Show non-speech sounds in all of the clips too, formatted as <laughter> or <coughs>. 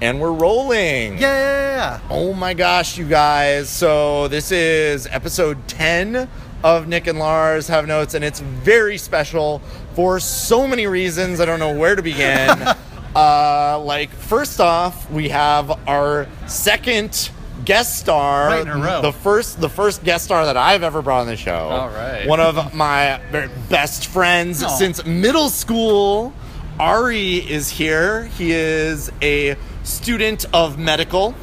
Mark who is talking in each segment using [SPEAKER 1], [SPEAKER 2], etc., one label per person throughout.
[SPEAKER 1] And we're rolling.
[SPEAKER 2] Yeah.
[SPEAKER 1] Oh my gosh, you guys. So, this is episode 10 of Nick and Lars Have Notes, and it's very special for so many reasons. I don't know where to
[SPEAKER 2] <laughs>
[SPEAKER 1] begin. uh, like, first off, we have our second guest star
[SPEAKER 2] Right in a row.
[SPEAKER 1] the first the first guest star that i've ever brought on the show
[SPEAKER 2] All right.
[SPEAKER 1] one of my very best friends
[SPEAKER 2] Aw.
[SPEAKER 1] since middle school. Ari is here. He is a student of medical.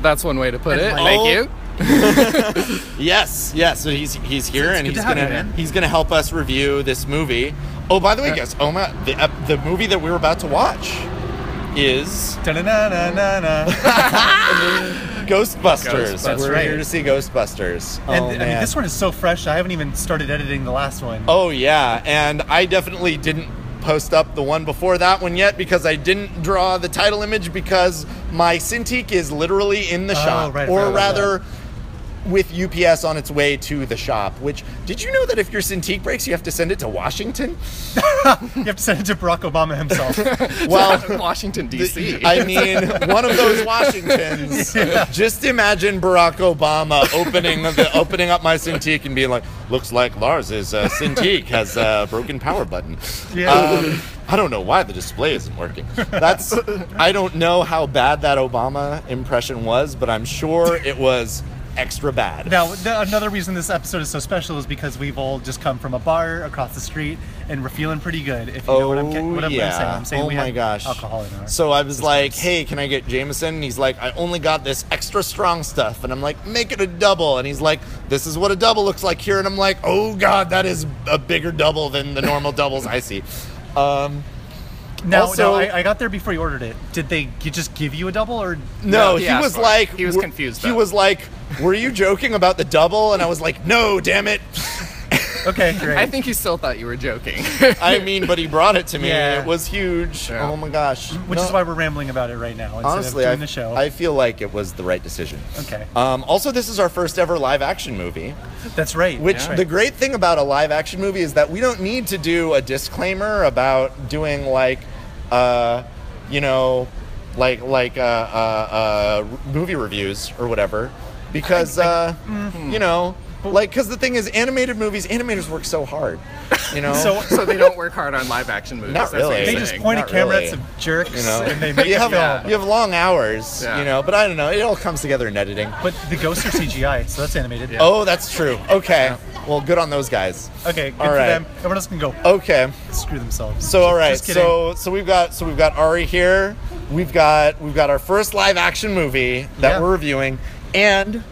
[SPEAKER 3] That's one way to put it.
[SPEAKER 2] like-
[SPEAKER 3] Thank
[SPEAKER 1] Oh.
[SPEAKER 3] you.
[SPEAKER 1] Yes, yes. So he's he's here and
[SPEAKER 2] good
[SPEAKER 1] he's
[SPEAKER 2] to have
[SPEAKER 1] gonna
[SPEAKER 2] you, man.
[SPEAKER 1] he's gonna help us review this movie. Oh, by the way,
[SPEAKER 3] Uh,
[SPEAKER 1] guys, oh my, the ep- the movie that we were about to watch is <laughs>
[SPEAKER 2] Da-na-na-na-na.
[SPEAKER 1] Ghostbusters.
[SPEAKER 3] Ghostbusters.
[SPEAKER 1] We're
[SPEAKER 2] Right.
[SPEAKER 1] here to see Ghostbusters.
[SPEAKER 2] And
[SPEAKER 1] oh,
[SPEAKER 2] I mean,
[SPEAKER 1] man.
[SPEAKER 2] this one is so fresh. I haven't even started editing the last one.
[SPEAKER 1] Oh yeah, and I definitely didn't post up the one before that one yet because I didn't draw the title image because my Cintiq is literally in the
[SPEAKER 2] Oh,
[SPEAKER 1] shop,
[SPEAKER 2] right, I forgot
[SPEAKER 1] or
[SPEAKER 2] about
[SPEAKER 1] rather. With UPS on its way to the shop, which did you know that if your Cintiq breaks, you have to send it to Washington?
[SPEAKER 2] You have to send it to Barack Obama
[SPEAKER 1] <laughs>
[SPEAKER 2] himself.
[SPEAKER 3] <laughs>
[SPEAKER 1] Well,
[SPEAKER 3] Washington D.C.
[SPEAKER 1] I mean, one of those Washingtons. Just imagine Barack Obama opening the, opening up my Cintiq and being like, "Looks like Lars's uh, Cintiq has a broken power button."
[SPEAKER 2] Yeah.
[SPEAKER 1] Um, I don't know why the display isn't working. That's I don't know how bad that Obama impression was, but I'm sure it was extra bad.
[SPEAKER 2] now, th- another reason this episode is so special is because we've all just come from a bar across the street and we're feeling pretty good. If you know what I'm, ca- what I'm gonna say, I'm saying
[SPEAKER 1] oh
[SPEAKER 2] we
[SPEAKER 1] my
[SPEAKER 2] had
[SPEAKER 1] gosh.
[SPEAKER 2] alcohol in our.
[SPEAKER 1] So I was like, hey, can I get Jameson? And he's like, I only got this extra strong stuff. And I'm like, make it a double. And he's like, this is what a double looks like here. And I'm like, oh God, that is a bigger double than the normal doubles I
[SPEAKER 2] <laughs>
[SPEAKER 1] see. Um,
[SPEAKER 2] now,
[SPEAKER 1] also-
[SPEAKER 2] now I, I got there before you ordered it. Did they g- just give you a double
[SPEAKER 1] <laughs>
[SPEAKER 2] or?
[SPEAKER 1] no,
[SPEAKER 3] No, he
[SPEAKER 1] he,
[SPEAKER 3] asked
[SPEAKER 1] was
[SPEAKER 3] for it.
[SPEAKER 1] like,
[SPEAKER 3] He was
[SPEAKER 1] "Were-
[SPEAKER 3] confused,
[SPEAKER 1] He
[SPEAKER 3] though.
[SPEAKER 1] was like, were you joking about the double? And I was like, no, damn
[SPEAKER 2] <laughs>
[SPEAKER 1] it.
[SPEAKER 2] Okay, great.
[SPEAKER 3] I think he still thought you
[SPEAKER 1] <laughs>
[SPEAKER 3] were joking.
[SPEAKER 1] I mean, but he brought it to me.
[SPEAKER 2] Yeah.
[SPEAKER 1] It was huge.
[SPEAKER 3] Yeah.
[SPEAKER 1] Oh my gosh.
[SPEAKER 2] which
[SPEAKER 1] No.
[SPEAKER 2] is why we're rambling about it right now instead
[SPEAKER 1] Honestly,
[SPEAKER 2] of
[SPEAKER 1] I,
[SPEAKER 2] doing the show.
[SPEAKER 1] I feel like it was the right decision.
[SPEAKER 2] Okay.
[SPEAKER 1] Um, also, this is our first ever live action movie,
[SPEAKER 2] That's right.
[SPEAKER 1] which
[SPEAKER 2] That's right.
[SPEAKER 1] the great thing about a live action movie is that we don't need to do a disclaimer about doing like, uh, you know, like like uh, uh, uh, movie reviews or whatever, because uh,
[SPEAKER 2] mm-hmm.
[SPEAKER 1] you know, like because the thing is, animated movies, animators work so hard, you know.
[SPEAKER 2] <laughs> so
[SPEAKER 3] so they don't work hard on live action movies.
[SPEAKER 1] Not
[SPEAKER 3] That's what
[SPEAKER 1] really.
[SPEAKER 3] you're
[SPEAKER 2] they
[SPEAKER 1] thing.
[SPEAKER 2] just
[SPEAKER 3] saying.
[SPEAKER 2] point a
[SPEAKER 1] Not
[SPEAKER 2] camera
[SPEAKER 1] really.
[SPEAKER 2] at some jerks
[SPEAKER 1] you know,
[SPEAKER 2] <laughs> and they make
[SPEAKER 1] you
[SPEAKER 2] a
[SPEAKER 1] have
[SPEAKER 2] film.
[SPEAKER 1] you have long hours,
[SPEAKER 3] Yeah.
[SPEAKER 1] you know, but I don't know. It all comes together in editing.
[SPEAKER 2] But the ghosts are CGI, so that's animated.
[SPEAKER 1] Oh, that's true. Okay. Well, good on those guys.
[SPEAKER 2] Okay, good
[SPEAKER 1] All
[SPEAKER 2] for
[SPEAKER 1] right.
[SPEAKER 2] them. Everyone else can go
[SPEAKER 1] Okay.
[SPEAKER 2] screw themselves.
[SPEAKER 1] So all right.
[SPEAKER 2] Just kidding.
[SPEAKER 1] So so we've got so we've got Ari here. We've got we've got our first live action movie that
[SPEAKER 2] Yeah.
[SPEAKER 1] we're reviewing and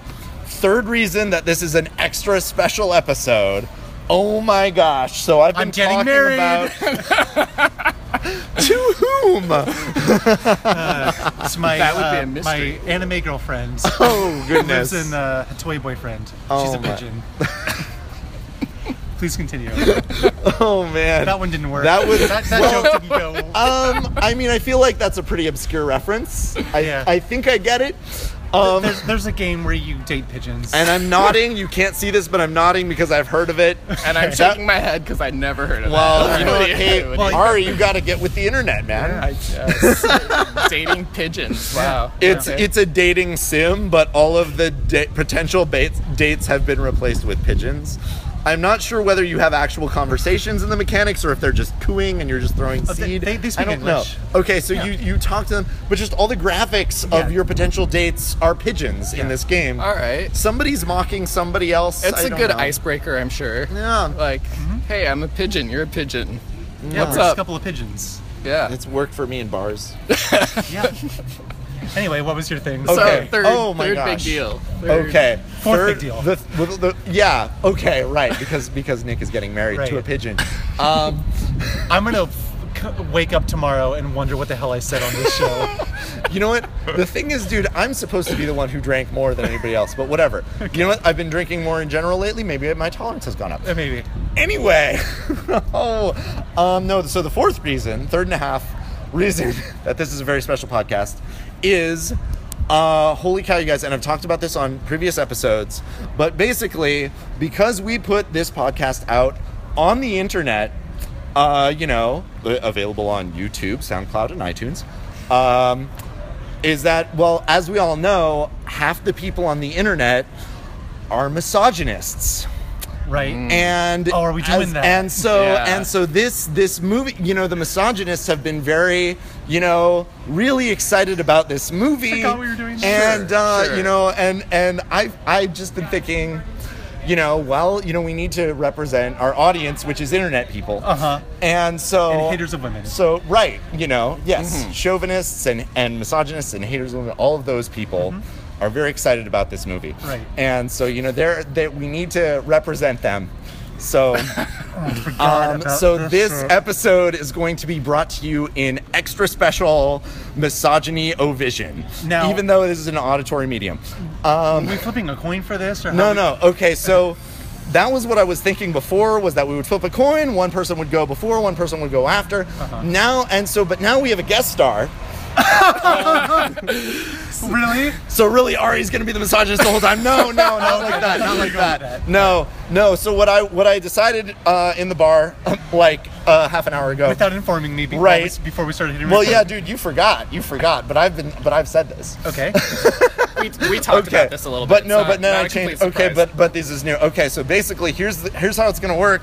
[SPEAKER 1] third reason that this is an extra special episode. Oh my gosh. So I've been
[SPEAKER 2] I'm getting
[SPEAKER 1] talking
[SPEAKER 2] married.
[SPEAKER 1] about
[SPEAKER 2] <laughs>
[SPEAKER 1] to whom?
[SPEAKER 2] it's my
[SPEAKER 3] that would be
[SPEAKER 2] uh,
[SPEAKER 3] a mystery.
[SPEAKER 2] my anime girlfriend
[SPEAKER 1] <laughs> Oh goodness.
[SPEAKER 2] lives in uh, a toy boyfriend. She's
[SPEAKER 1] Oh,
[SPEAKER 2] a
[SPEAKER 1] my- <laughs>
[SPEAKER 2] pigeon. Please continue.
[SPEAKER 1] oh man.
[SPEAKER 2] That one didn't work.
[SPEAKER 1] That was-
[SPEAKER 2] that, that
[SPEAKER 1] well-
[SPEAKER 2] joke didn't go.
[SPEAKER 1] um <laughs> I mean I feel like that's a pretty obscure reference. I
[SPEAKER 2] Yeah.
[SPEAKER 1] I think I get it. Um
[SPEAKER 2] there's, there's a game where you date pigeons.
[SPEAKER 1] And I'm nodding. You can't see this, but I'm nodding because I've heard of it.
[SPEAKER 3] And
[SPEAKER 1] <laughs>
[SPEAKER 3] I'm
[SPEAKER 1] That-
[SPEAKER 3] shaking my head because I never heard of
[SPEAKER 1] Well,
[SPEAKER 2] <laughs>
[SPEAKER 3] that.
[SPEAKER 1] you know what? Hey,
[SPEAKER 3] <laughs> What
[SPEAKER 2] well,
[SPEAKER 3] do
[SPEAKER 1] Ari, you got to get with the internet, man.
[SPEAKER 2] Yeah.
[SPEAKER 3] I guess. <laughs> dating pigeons. Wow.
[SPEAKER 1] It's
[SPEAKER 3] Okay.
[SPEAKER 1] it's a dating sim, but all of the da- potential bates, dates have been replaced with pigeons. I'm not sure whether you have actual conversations in the mechanics or if they're just cooing and you're just throwing
[SPEAKER 2] Oh, they-
[SPEAKER 1] seed.
[SPEAKER 2] they- they
[SPEAKER 1] I
[SPEAKER 2] speak
[SPEAKER 1] don't
[SPEAKER 2] English.
[SPEAKER 1] know. Okay, so
[SPEAKER 2] Yeah.
[SPEAKER 1] you you talk to them, but just all the graphics
[SPEAKER 2] Yeah.
[SPEAKER 1] of your potential dates are pigeons in
[SPEAKER 2] Yeah.
[SPEAKER 1] this game.
[SPEAKER 3] All right.
[SPEAKER 1] Somebody's mocking somebody else.
[SPEAKER 3] It's
[SPEAKER 1] a
[SPEAKER 3] a good icebreaker, I'm sure.
[SPEAKER 1] Yeah. Mm-hmm.
[SPEAKER 3] Like, hey, I'm a pigeon. You're a pigeon.
[SPEAKER 2] yeah,
[SPEAKER 3] What's
[SPEAKER 2] we're just a
[SPEAKER 3] up?
[SPEAKER 2] couple of pigeons.
[SPEAKER 3] Yeah.
[SPEAKER 1] It's worked for me in bars.
[SPEAKER 2] Yeah. <laughs> anyway, what was your thing?
[SPEAKER 1] Okay.
[SPEAKER 3] So
[SPEAKER 2] Sorry.
[SPEAKER 3] third,
[SPEAKER 1] Oh my
[SPEAKER 3] third big
[SPEAKER 1] gosh.
[SPEAKER 3] deal. Third-
[SPEAKER 1] Okay.
[SPEAKER 2] Fourth big deal.
[SPEAKER 1] The, the- the- yeah. Okay. Right. Because because Nick is getting married to a
[SPEAKER 2] Right.
[SPEAKER 1] pigeon.
[SPEAKER 3] Um,
[SPEAKER 2] I'm gonna f- c- wake up tomorrow and wonder what the hell I said on this
[SPEAKER 1] <laughs>
[SPEAKER 2] show.
[SPEAKER 1] You know what? The thing is, dude, I'm supposed to be the one who drank more than anybody else, but whatever. You know what? I've been drinking more in general lately. Maybe my tolerance has gone up.
[SPEAKER 2] Uh, Maybe.
[SPEAKER 1] Anyway. <laughs> oh. Um. No. So the fourth reason, third and a half reason <laughs> that this is a very special podcast is. Uh, holy cow, you guys, and I've talked about this on previous episodes, but basically, because we put this podcast out on the internet, uh, you know, available on YouTube, SoundCloud, and iTunes. um, is that, well, as we all know, half the people on the internet are misogynists
[SPEAKER 2] right?
[SPEAKER 1] Mm. and
[SPEAKER 2] Oh, are we doing that?
[SPEAKER 1] And so
[SPEAKER 3] Yeah.
[SPEAKER 1] and so this this movie, you know, the misogynists have been very, you know, really excited about this movie.
[SPEAKER 2] Forgot we were doing that.
[SPEAKER 1] And
[SPEAKER 3] Sure,
[SPEAKER 1] uh,
[SPEAKER 3] sure.
[SPEAKER 1] you know, and and I I've just been thinking, you know, well, you know, we need to represent our audience, which is internet people.
[SPEAKER 2] Uh-huh.
[SPEAKER 1] And so
[SPEAKER 2] And haters of women. Mm-hmm.
[SPEAKER 1] So right, you know, yes, chauvinists and and misogynists and haters of women, all of those people. Are very excited about this movie,
[SPEAKER 2] Mm-hmm. Right.
[SPEAKER 1] And so you know, they're, they we need to represent them.
[SPEAKER 2] <laughs>
[SPEAKER 1] So,
[SPEAKER 2] Oh, Forgot
[SPEAKER 1] um,
[SPEAKER 2] about
[SPEAKER 1] so this
[SPEAKER 2] shit.
[SPEAKER 1] episode is going to be brought to you in extra special misogyny o vision.
[SPEAKER 2] Now-
[SPEAKER 1] even though this is an auditory medium. Um,
[SPEAKER 2] Are we flipping a coin for this or
[SPEAKER 1] no,
[SPEAKER 2] how
[SPEAKER 1] no. Okay, so that was what I was thinking before was that we would flip a coin, one person would go before, one person would go after. Now and so, but now we have a guest star.
[SPEAKER 2] we- <laughs> really?
[SPEAKER 1] So really, Ari's gonna be the misogynist the whole time? No, no, <laughs> not like that, not like that. No, no. So what I what I decided uh, in the bar <laughs> like uh, half an hour ago.
[SPEAKER 2] Without informing me before,
[SPEAKER 1] Right.
[SPEAKER 2] we, before we started hitting
[SPEAKER 1] well, yeah,
[SPEAKER 2] record.
[SPEAKER 1] dude, you forgot, you forgot. But I've been, but I've said this. <laughs>
[SPEAKER 2] Okay.
[SPEAKER 3] We, we talked about this a little
[SPEAKER 1] but
[SPEAKER 3] bit.
[SPEAKER 1] no,
[SPEAKER 3] It's
[SPEAKER 1] but
[SPEAKER 3] not-
[SPEAKER 1] then
[SPEAKER 3] not
[SPEAKER 1] I
[SPEAKER 3] a
[SPEAKER 1] changed.
[SPEAKER 3] complete
[SPEAKER 1] Okay,
[SPEAKER 3] surprise.
[SPEAKER 1] but but this is new. Okay, so basically, here's the, here's how it's gonna work.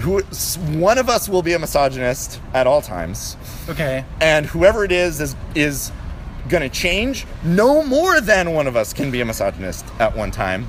[SPEAKER 1] Who s- one of us will be a misogynist at all times,
[SPEAKER 2] Okay.
[SPEAKER 1] and whoever it is is is gonna change. No more than one of us can be a misogynist at one time.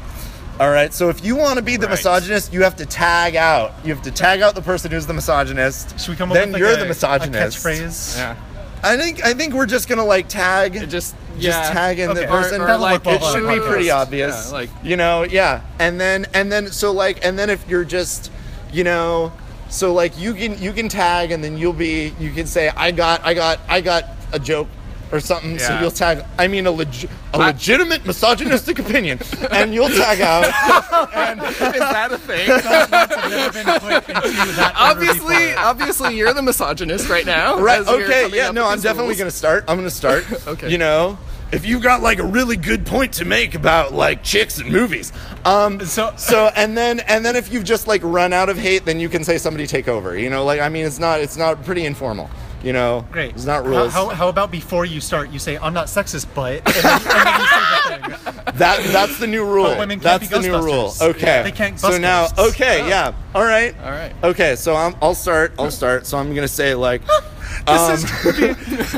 [SPEAKER 1] All right. So if you want to be the
[SPEAKER 3] Right.
[SPEAKER 1] misogynist, you have to tag out. You have to tag out the person who's the misogynist.
[SPEAKER 2] Should we come up
[SPEAKER 1] then
[SPEAKER 2] with like
[SPEAKER 1] you're
[SPEAKER 2] a,
[SPEAKER 1] the misogynist.
[SPEAKER 2] a catchphrase?
[SPEAKER 3] yeah, <laughs>
[SPEAKER 1] I think I think we're just gonna like tag.
[SPEAKER 3] it just
[SPEAKER 1] just
[SPEAKER 3] yeah.
[SPEAKER 1] tag in the
[SPEAKER 2] Okay.
[SPEAKER 1] person.
[SPEAKER 2] Or- or That'll
[SPEAKER 3] like,
[SPEAKER 1] it
[SPEAKER 2] like- work well on
[SPEAKER 1] should
[SPEAKER 2] a
[SPEAKER 1] be
[SPEAKER 2] podcast.
[SPEAKER 1] pretty obvious.
[SPEAKER 3] Yeah, like
[SPEAKER 1] you know, yeah. And then and then so like and then if you're just, you know, so like you can you can tag and then you'll be you can say I got I got I got a joke or something. So
[SPEAKER 3] Yeah.
[SPEAKER 1] you'll tag. I mean a leg- a legitimate misogynistic opinion, and you'll tag out.
[SPEAKER 3] is that
[SPEAKER 1] <laughs>
[SPEAKER 3] a thing?
[SPEAKER 2] I've never been put into that order
[SPEAKER 3] obviously,
[SPEAKER 2] before.
[SPEAKER 3] obviously, you're the misogynist right
[SPEAKER 1] <laughs>
[SPEAKER 3] now.
[SPEAKER 1] Right.
[SPEAKER 3] as you're
[SPEAKER 1] Okay.
[SPEAKER 3] coming
[SPEAKER 1] Yeah.
[SPEAKER 3] up
[SPEAKER 1] No,
[SPEAKER 3] with
[SPEAKER 1] I'm
[SPEAKER 3] these
[SPEAKER 1] definitely
[SPEAKER 3] rules.
[SPEAKER 1] gonna start. I'm gonna start.
[SPEAKER 3] <laughs> Okay.
[SPEAKER 1] You know, if you've got like a really good point to make about like chicks and movies, um,
[SPEAKER 2] So-
[SPEAKER 1] so and then and then if you've just like run out of hate, then you can say somebody take over. You know, like I mean, it's not it's not pretty informal. You know,
[SPEAKER 2] Great.
[SPEAKER 1] It's not rules.
[SPEAKER 2] How, how, how about before you start, you say, I'm not sexist, but. <laughs> And then, and then you say the thing.
[SPEAKER 1] that that's
[SPEAKER 2] <laughs>
[SPEAKER 1] the new rule.
[SPEAKER 2] women can't
[SPEAKER 1] that's
[SPEAKER 2] be
[SPEAKER 1] the new rule.
[SPEAKER 2] Ghostbusters.
[SPEAKER 1] Okay.
[SPEAKER 2] They can't Oh.
[SPEAKER 1] So
[SPEAKER 2] bust
[SPEAKER 1] now,
[SPEAKER 2] ghosts.
[SPEAKER 1] okay, yeah. All right.
[SPEAKER 3] All right.
[SPEAKER 1] Okay. So I'm, I'll start. I'll start. So I'm gonna say like. um,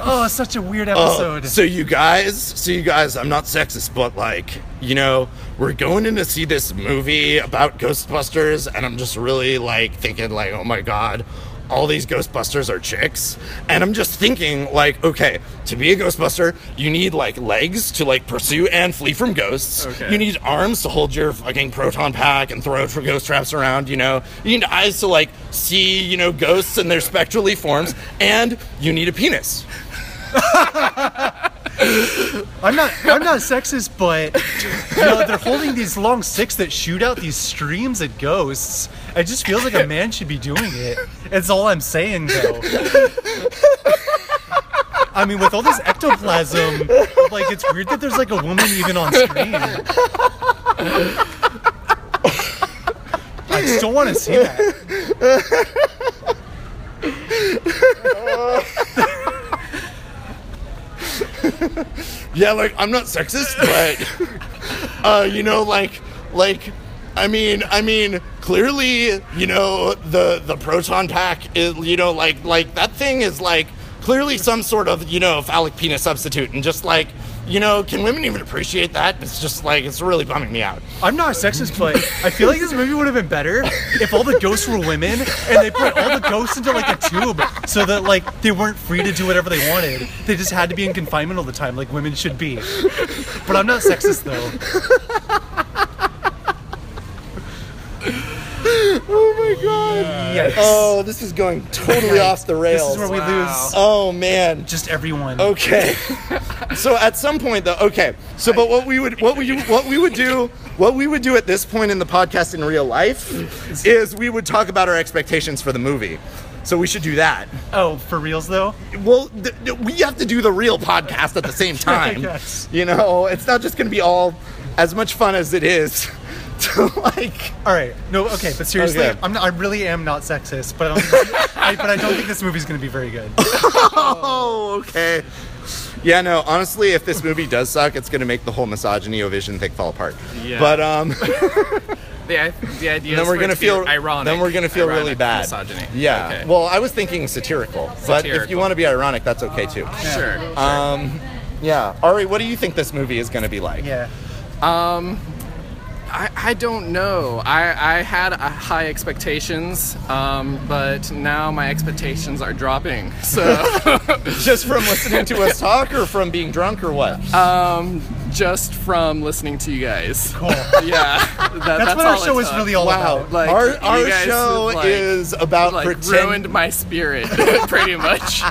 [SPEAKER 2] Oh, it's such a weird
[SPEAKER 1] <laughs>
[SPEAKER 2] episode.
[SPEAKER 1] Oh, so you guys, so you guys, I'm not sexist, but like, you know, we're going in to see this movie about Ghostbusters, and I'm just really like thinking, like, oh my god, all these Ghostbusters are chicks, and I'm just thinking, like, okay, to be a Ghostbuster, you need like legs to like pursue and flee from ghosts.
[SPEAKER 3] Okay.
[SPEAKER 1] You need arms to hold your fucking proton pack and throw it for ghost traps around, you know. You need eyes to like see, you know, ghosts and their spectrally forms, and you need a penis.
[SPEAKER 2] I'm not. I'm not sexist, but you know, they're holding these long sticks that shoot out these streams at ghosts. It just feels like a man should be doing it. It's all I'm saying, though. I mean, with all this ectoplasm, like it's weird that there's like a woman even on screen. I still want to see that.
[SPEAKER 1] Yeah, like I'm not sexist, but
[SPEAKER 2] <laughs>
[SPEAKER 1] uh, you know, like, like, I mean, I mean, clearly, you know, the the proton pack is, you know, like, like that thing is like clearly some sort of, you know, phallic penis substitute, and just like, you know, can women even appreciate that? It's just like it's really bumming me out.
[SPEAKER 2] I'm not sexist, but I feel like this movie would have been better if all the ghosts were women and they put all the ghosts into like a tube so that like they weren't free to do whatever they wanted. They just had to be in confinement all the time, like women should be. But I'm not sexist though.
[SPEAKER 1] Oh my god!
[SPEAKER 2] Yikes.
[SPEAKER 1] Oh, this is going <laughs> totally off the
[SPEAKER 2] this
[SPEAKER 1] rails.
[SPEAKER 2] is where we
[SPEAKER 3] Wow.
[SPEAKER 2] lose
[SPEAKER 1] oh man,
[SPEAKER 2] just everyone.
[SPEAKER 1] Okay. so at some point though, okay. So but what we would what we what we would do what we would do at this point in the podcast in real life is we would talk about our expectations for the movie. So we should do that.
[SPEAKER 2] Oh, for reals though?
[SPEAKER 1] Well, th- th- we have to do the real podcast at the same time.
[SPEAKER 2] guess.
[SPEAKER 1] You know, it's not just going to be all as much fun as it is <laughs> to like
[SPEAKER 2] Alright. No, okay, but seriously,
[SPEAKER 1] Okay.
[SPEAKER 2] I'm not, I really am not sexist, but I, don't think, I but I don't think this movie's gonna be very good.
[SPEAKER 1] oh, okay. Yeah, no. Honestly, if this movie does suck, it's going to make the whole misogyny vision thing fall apart.
[SPEAKER 3] Yeah.
[SPEAKER 1] But um,
[SPEAKER 3] The, the idea.
[SPEAKER 1] then
[SPEAKER 3] is
[SPEAKER 1] we're
[SPEAKER 3] for it
[SPEAKER 1] gonna
[SPEAKER 3] to
[SPEAKER 1] feel
[SPEAKER 3] be ironic.
[SPEAKER 1] Then we're gonna feel
[SPEAKER 3] ironic
[SPEAKER 1] really bad.
[SPEAKER 3] Misogyny.
[SPEAKER 1] Yeah.
[SPEAKER 3] Okay.
[SPEAKER 1] Well, I was thinking satirical, but if you
[SPEAKER 3] Satirical.
[SPEAKER 1] want to be ironic, that's okay too.
[SPEAKER 3] sure.
[SPEAKER 1] Um, yeah. Ari, what do you think this movie is going to be like?
[SPEAKER 2] Yeah.
[SPEAKER 3] I, I don't know. I, I had a high expectations, um, but now my expectations are dropping. So <laughs>
[SPEAKER 1] Just from listening to us talk, or from being drunk, or what?
[SPEAKER 3] Oh, just from listening to you guys.
[SPEAKER 2] Cool.
[SPEAKER 3] <laughs> Yeah. that-
[SPEAKER 2] That's, what our
[SPEAKER 3] all I
[SPEAKER 2] show is
[SPEAKER 3] thought.
[SPEAKER 2] really all
[SPEAKER 1] wow.
[SPEAKER 2] about.
[SPEAKER 3] like,
[SPEAKER 1] our
[SPEAKER 3] you
[SPEAKER 1] our
[SPEAKER 3] guys,
[SPEAKER 1] show
[SPEAKER 3] like-
[SPEAKER 1] is about
[SPEAKER 3] like
[SPEAKER 1] pretend.
[SPEAKER 3] ruined my spirit <laughs>
[SPEAKER 1] <laughs>
[SPEAKER 3] pretty much.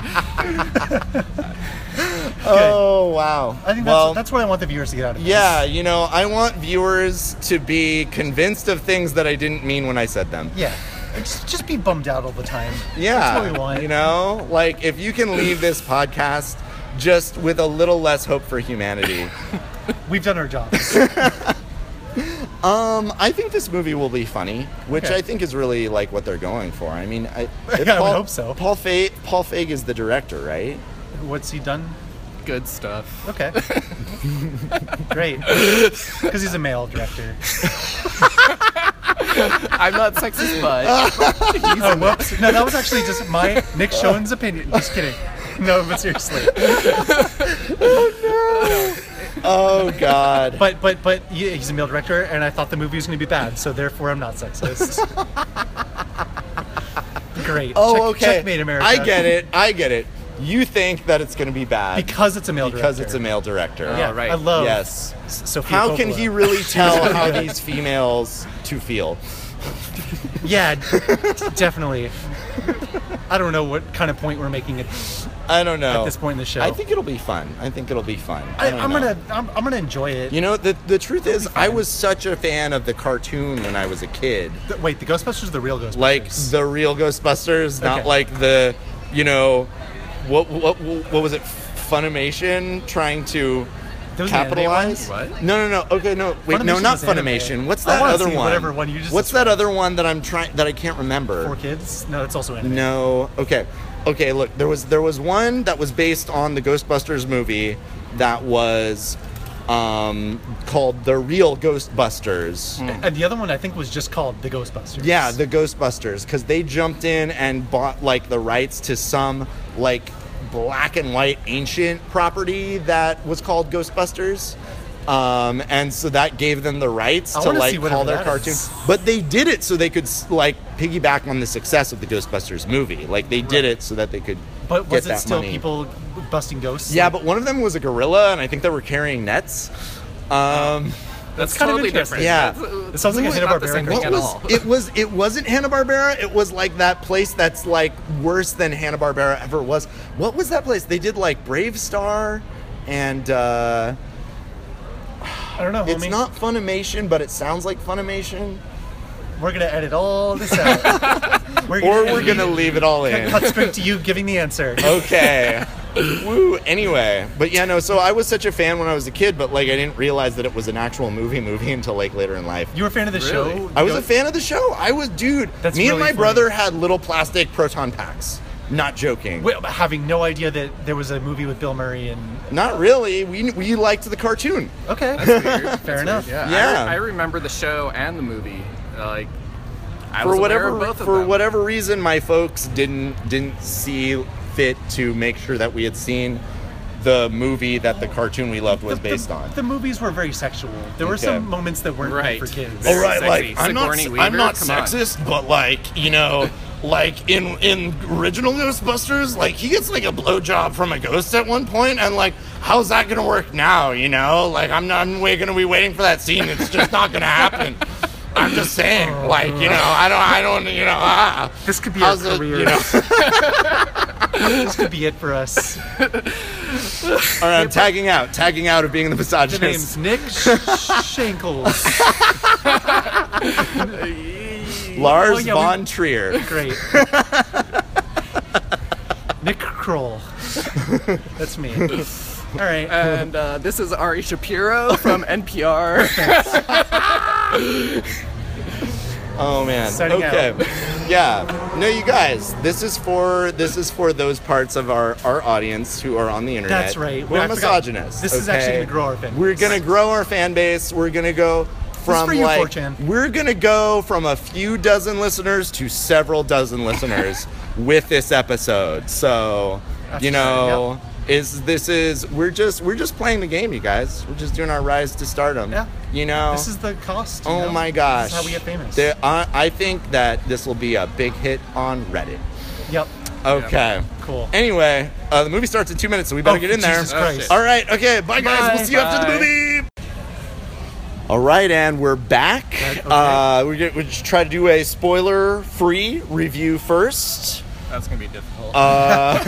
[SPEAKER 1] oh wow.
[SPEAKER 2] I think that's,
[SPEAKER 1] well,
[SPEAKER 2] that's what I want the viewers to get out of it.
[SPEAKER 1] Yeah, you know, I want viewers to be convinced of things that I didn't mean when I said them.
[SPEAKER 2] Yeah. And Just, just be bummed out all the time.
[SPEAKER 1] Yeah.
[SPEAKER 2] That's what we want.
[SPEAKER 1] You know, like if you can leave this podcast just with a little less hope for humanity. <laughs>
[SPEAKER 2] We've done our job.
[SPEAKER 1] Um, I think this movie will be funny, which
[SPEAKER 2] Okay.
[SPEAKER 1] I think is really like what they're going for. I mean, <laughs> I, if
[SPEAKER 2] I would
[SPEAKER 1] Paul,
[SPEAKER 2] hope so.
[SPEAKER 1] Paul Feig, Paul Feig is the director, right?
[SPEAKER 2] <laughs> What's he done?
[SPEAKER 3] Good stuff.
[SPEAKER 2] <laughs> Okay. Great. Because he's a male director.
[SPEAKER 3] I'm not sexist, but
[SPEAKER 2] Oh, whoops. No, that was actually just my Nick Schoen's opinion. Just kidding. No, but seriously.
[SPEAKER 1] <laughs> Oh God.
[SPEAKER 2] But but but he- he's a male director, and I thought the movie was going to be bad, so therefore I'm not sexist. Great.
[SPEAKER 1] oh,
[SPEAKER 2] Check-
[SPEAKER 1] okay.
[SPEAKER 2] Checkmate America.
[SPEAKER 1] I get it. I get it. You think that it's going to be bad
[SPEAKER 2] Because it's a male
[SPEAKER 1] because
[SPEAKER 2] director.
[SPEAKER 1] it's a male director.
[SPEAKER 2] Yeah,
[SPEAKER 3] Oh, right.
[SPEAKER 2] I love.
[SPEAKER 1] Yes.
[SPEAKER 2] Sophia
[SPEAKER 1] How can
[SPEAKER 2] Coppola.
[SPEAKER 1] he <laughs> really tell how these females to feel?
[SPEAKER 2] Yeah, <laughs> d- definitely. I don't know what kind of point we're making at
[SPEAKER 1] I don't know. At
[SPEAKER 2] this point in the show.
[SPEAKER 1] I think it'll be fun. I think it'll be fun.
[SPEAKER 2] I,
[SPEAKER 1] I don't
[SPEAKER 2] I'm
[SPEAKER 1] know.
[SPEAKER 2] gonna I'm, I'm gonna enjoy it.
[SPEAKER 1] You know, the the truth is, I was such a fan of the cartoon when I was a kid.
[SPEAKER 2] Th- Wait, the Ghostbusters are the real Ghostbusters.
[SPEAKER 1] Like the real Ghostbusters, not
[SPEAKER 2] Okay.
[SPEAKER 1] like the, you know, what what what was it? Funimation trying to
[SPEAKER 2] There was an anime
[SPEAKER 1] capitalize.
[SPEAKER 3] one? What?
[SPEAKER 1] No, no, no. Okay, no. Wait, no,
[SPEAKER 2] Funimation
[SPEAKER 1] not
[SPEAKER 2] is anime. Oh,
[SPEAKER 1] Funimation. What's
[SPEAKER 2] I
[SPEAKER 1] that
[SPEAKER 2] wanna
[SPEAKER 1] other
[SPEAKER 2] see
[SPEAKER 1] one?
[SPEAKER 2] whatever one you just
[SPEAKER 1] What's that other one that I'm trying that I can't remember?
[SPEAKER 2] four kids. No, it's also anime.
[SPEAKER 1] No. Okay. Okay. Look, there was there was one that was based on the Ghostbusters movie that was um, called the Real Ghostbusters.
[SPEAKER 2] And the other one I think was just called the Ghostbusters.
[SPEAKER 1] Yeah, the Ghostbusters, because they jumped in and bought like the rights to some like black and white ancient property that was called Ghostbusters. Um, and so that gave them the rights
[SPEAKER 2] I
[SPEAKER 1] to
[SPEAKER 2] wanna see
[SPEAKER 1] like
[SPEAKER 2] whatever
[SPEAKER 1] call their
[SPEAKER 2] that
[SPEAKER 1] cartoon.
[SPEAKER 2] is.
[SPEAKER 1] But they did it so they could s- like piggyback on the success of the Ghostbusters movie. Like they did it so that they could.
[SPEAKER 2] but
[SPEAKER 1] get
[SPEAKER 2] was it
[SPEAKER 1] that
[SPEAKER 2] still
[SPEAKER 1] money.
[SPEAKER 2] people busting ghosts?
[SPEAKER 1] Yeah, but one of them was a gorilla, and I think they were carrying nets.
[SPEAKER 2] Oh,
[SPEAKER 1] Um,
[SPEAKER 3] that's
[SPEAKER 2] kind of
[SPEAKER 3] totally
[SPEAKER 2] interesting.
[SPEAKER 3] different.
[SPEAKER 1] Yeah.
[SPEAKER 3] That's-
[SPEAKER 2] It sounds like a
[SPEAKER 3] it's
[SPEAKER 2] Hanna-Barbera
[SPEAKER 3] not the same thing
[SPEAKER 1] what
[SPEAKER 2] cartoon.
[SPEAKER 3] at
[SPEAKER 1] was
[SPEAKER 3] all.
[SPEAKER 1] it? Was it wasn't Hanna Barbera? It was like that place that's like worse than Hanna Barbera ever was. What was that place? They did like Brave Star, and uh,
[SPEAKER 2] I don't know.
[SPEAKER 1] it's
[SPEAKER 2] homie.
[SPEAKER 1] not Funimation, but it sounds like Funimation.
[SPEAKER 2] We're gonna edit
[SPEAKER 1] <laughs>
[SPEAKER 2] all this out. we're
[SPEAKER 1] Or we're gonna leave it all
[SPEAKER 2] <laughs>
[SPEAKER 1] in.
[SPEAKER 2] cut straight to you giving the
[SPEAKER 1] <laughs>
[SPEAKER 2] answer.
[SPEAKER 1] okay. Woo. Anyway, but yeah, no. So I was such a fan when I was a kid, but like I didn't realize that it was an actual movie movie until like later in life.
[SPEAKER 2] You were a fan of the show.
[SPEAKER 3] Really?
[SPEAKER 1] I was
[SPEAKER 2] Go-
[SPEAKER 1] a fan of the show. I was, dude.
[SPEAKER 2] That's
[SPEAKER 1] me and
[SPEAKER 2] really
[SPEAKER 1] my
[SPEAKER 2] funny.
[SPEAKER 1] brother had little plastic proton packs. Not joking.
[SPEAKER 2] Wi- having no idea that there was a movie with Bill Murray and
[SPEAKER 1] Not really. We we liked the cartoon.
[SPEAKER 2] okay, <laughs> fair enough.
[SPEAKER 3] Yeah.
[SPEAKER 1] Yeah.
[SPEAKER 3] I, re- I remember the show and the movie. Like I
[SPEAKER 1] For
[SPEAKER 3] was aware
[SPEAKER 1] whatever
[SPEAKER 3] of both of
[SPEAKER 1] for
[SPEAKER 3] them.
[SPEAKER 1] whatever reason, my folks didn't didn't see fit to make sure that we had seen the movie that the cartoon we loved was
[SPEAKER 2] The-
[SPEAKER 1] based
[SPEAKER 2] the,
[SPEAKER 1] on.
[SPEAKER 2] The movies were very sexual. There were
[SPEAKER 1] Okay.
[SPEAKER 2] some moments that weren't meant
[SPEAKER 3] Right.
[SPEAKER 2] for kids.
[SPEAKER 1] All right,
[SPEAKER 3] Sexy.
[SPEAKER 1] like I'm not,
[SPEAKER 3] Sigourney
[SPEAKER 1] I'm
[SPEAKER 3] Weaver?
[SPEAKER 1] not
[SPEAKER 3] Come on.
[SPEAKER 1] sexist, but like you know, like in in original Ghostbusters, like he gets like a blowjob from a ghost at one point, and like how's that gonna work now? You know, like I'm not I'm wait- gonna be waiting for that scene. It's just not gonna happen. I'm just saying, like you know, I don't I don't you know. Ah,
[SPEAKER 2] This could be
[SPEAKER 1] how's
[SPEAKER 2] our
[SPEAKER 1] it,
[SPEAKER 2] career.
[SPEAKER 1] you know?
[SPEAKER 2] <laughs> this could be it for us.
[SPEAKER 1] All right, I'm tagging out, tagging out of being the
[SPEAKER 2] The
[SPEAKER 1] misogynist.
[SPEAKER 2] name's <laughs> Nick Shankles.
[SPEAKER 1] Lars
[SPEAKER 2] Oh, yeah, we-
[SPEAKER 1] von Trier.
[SPEAKER 2] Great. Nick Kroll. That's me. All right.
[SPEAKER 3] <laughs> and uh, this is
[SPEAKER 1] <laughs>
[SPEAKER 3] Ari Shapiro from NPR.
[SPEAKER 1] Oh man.
[SPEAKER 2] Signing
[SPEAKER 1] Oh, okay. yeah. No, you guys. This is for this is for those parts of our our audience who are on the internet.
[SPEAKER 2] That's right.
[SPEAKER 1] We're
[SPEAKER 2] I forgot.
[SPEAKER 1] misogynists.
[SPEAKER 2] This is
[SPEAKER 1] okay?
[SPEAKER 2] actually gonna grow our fan
[SPEAKER 1] We're
[SPEAKER 2] base.
[SPEAKER 1] gonna grow our fan base. We're gonna go from
[SPEAKER 2] for you,
[SPEAKER 1] like
[SPEAKER 2] 4chan.
[SPEAKER 1] we're gonna go from a few dozen listeners to several dozen
[SPEAKER 2] <laughs>
[SPEAKER 1] listeners with this episode. So you
[SPEAKER 2] right,
[SPEAKER 1] know. Is this is we're just we're just playing the game, you guys. We're just doing our rise to stardom.
[SPEAKER 2] Yeah.
[SPEAKER 1] You know.
[SPEAKER 2] This is the cost. you
[SPEAKER 1] Oh
[SPEAKER 2] know?
[SPEAKER 1] my gosh.
[SPEAKER 2] This is how we get famous.
[SPEAKER 1] There, I, I think that this will be a big hit on Reddit.
[SPEAKER 2] Yep.
[SPEAKER 1] Okay.
[SPEAKER 2] Cool.
[SPEAKER 1] Anyway, uh, the movie starts in two minutes, so we better
[SPEAKER 2] Oh,
[SPEAKER 1] get in there.
[SPEAKER 2] Jesus Christ.
[SPEAKER 1] All right. Okay. Bye, guys.
[SPEAKER 2] Bye.
[SPEAKER 1] We'll see you after the
[SPEAKER 3] Bye.
[SPEAKER 1] movie. All right, and we're back. Uh, we're going to try to do a spoiler-free review first.
[SPEAKER 3] That's gonna be difficult.
[SPEAKER 1] Uh,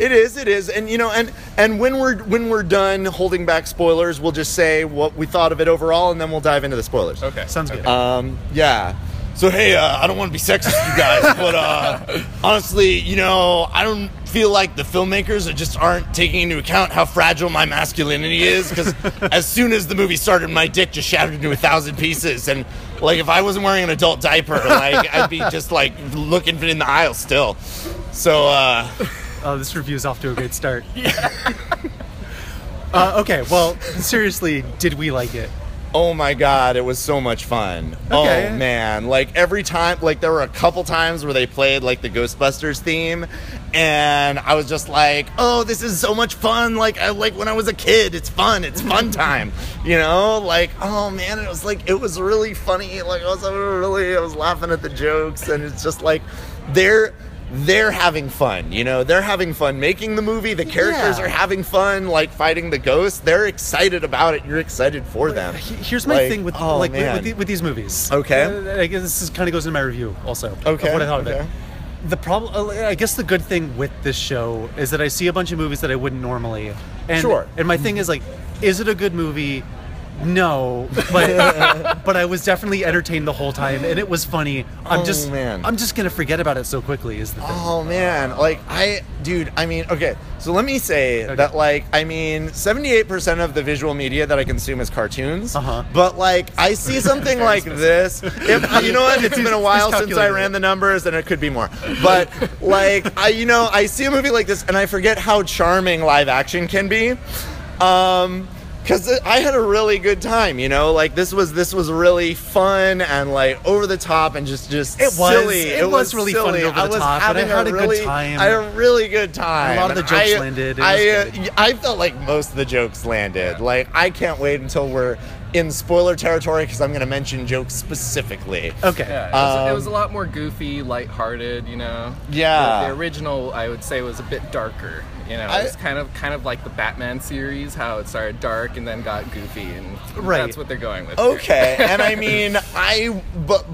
[SPEAKER 1] it is, it is, and you know, and and when we're when we're done holding back spoilers, we'll just say what we thought of it overall, and then we'll dive into the spoilers.
[SPEAKER 3] okay.
[SPEAKER 2] Sounds good.
[SPEAKER 1] Um, yeah. So hey, uh, I don't want to be sexist, you guys, but uh, honestly, you know, I don't feel like the filmmakers are just aren't taking into account how fragile my masculinity is. Because as soon as the movie started, my dick just shattered into a thousand pieces, and like if I wasn't wearing an adult diaper, like I'd be just like looking in the aisle still. So uh,
[SPEAKER 2] Oh, this review is off to a great start.
[SPEAKER 1] <laughs>
[SPEAKER 2] <laughs> uh, okay, well, seriously, did we like it?
[SPEAKER 1] Oh my god, it was so much fun.
[SPEAKER 2] Okay.
[SPEAKER 1] Oh man, like every time, like there were a couple times where they played like the Ghostbusters theme and I was just like, "Oh, this is so much fun. Like I like when I was a kid, it's fun. It's
[SPEAKER 2] <laughs>
[SPEAKER 1] fun time." You know, like oh man, it was like it was really funny. Like I was really I was laughing at the jokes and it's just like they're they're having fun, you know. They're having fun making the movie. The characters
[SPEAKER 2] Yeah.
[SPEAKER 1] are having fun, like fighting the ghosts. They're excited about it. You're excited for them.
[SPEAKER 2] He- Here's my
[SPEAKER 1] Like,
[SPEAKER 2] thing with
[SPEAKER 1] oh,
[SPEAKER 2] like with-
[SPEAKER 1] man.
[SPEAKER 2] with, the, with these movies.
[SPEAKER 1] Okay.
[SPEAKER 2] Uh, I guess this is kind of goes into my review also. of
[SPEAKER 1] Okay,
[SPEAKER 2] what I thought of
[SPEAKER 1] okay.
[SPEAKER 2] it. The problem, I guess, the good thing with this show is that I see a bunch of movies that I wouldn't normally. And,
[SPEAKER 1] Sure.
[SPEAKER 2] And my thing is like, is it a good movie?
[SPEAKER 1] <laughs>
[SPEAKER 2] No, but but I was definitely entertained the whole time, and it was funny. I'm
[SPEAKER 1] Oh,
[SPEAKER 2] just
[SPEAKER 1] man.
[SPEAKER 2] I'm just gonna forget about it so quickly. Is the thing.
[SPEAKER 1] Oh man, like I, dude, I mean, okay. So let me say that, like, I mean, seventy-eight percent of the visual media that I consume is cartoons.
[SPEAKER 2] Uh-huh.
[SPEAKER 1] But like, I
[SPEAKER 2] <laughs>
[SPEAKER 1] see something like this. If, you know what? It's been a while since I
[SPEAKER 2] calculating
[SPEAKER 1] ran
[SPEAKER 2] it.
[SPEAKER 1] the numbers, and it could be more. But like, I, you know, I see a movie like this, and I forget how charming live action can be. Um, because I had a really good time, you know. Like this was this was really fun and like over the top and just just
[SPEAKER 2] It was.
[SPEAKER 1] silly.
[SPEAKER 2] It was really fun and
[SPEAKER 1] silly.
[SPEAKER 2] over the
[SPEAKER 1] I was
[SPEAKER 2] top, and I
[SPEAKER 1] having
[SPEAKER 2] had a good
[SPEAKER 1] really-
[SPEAKER 2] time.
[SPEAKER 1] I had a really good time.
[SPEAKER 2] A lot of the
[SPEAKER 1] And
[SPEAKER 2] jokes
[SPEAKER 1] I,
[SPEAKER 2] landed. It
[SPEAKER 1] I,
[SPEAKER 2] was
[SPEAKER 1] uh,
[SPEAKER 2] good.
[SPEAKER 1] I felt like most of the jokes landed. Like I can't wait until we're in spoiler territory because I'm going to mention jokes specifically.
[SPEAKER 2] Okay.
[SPEAKER 3] Yeah, it was, it
[SPEAKER 1] Um,
[SPEAKER 3] was a lot more goofy, lighthearted, you know.
[SPEAKER 1] Yeah.
[SPEAKER 3] The, the original, I would say, was a bit darker. You know,
[SPEAKER 1] I-
[SPEAKER 3] it's kind of kind of like the Batman series, how it started dark and then got goofy, and
[SPEAKER 2] Right.
[SPEAKER 3] that's what they're going with. here.
[SPEAKER 1] Okay, and I mean I but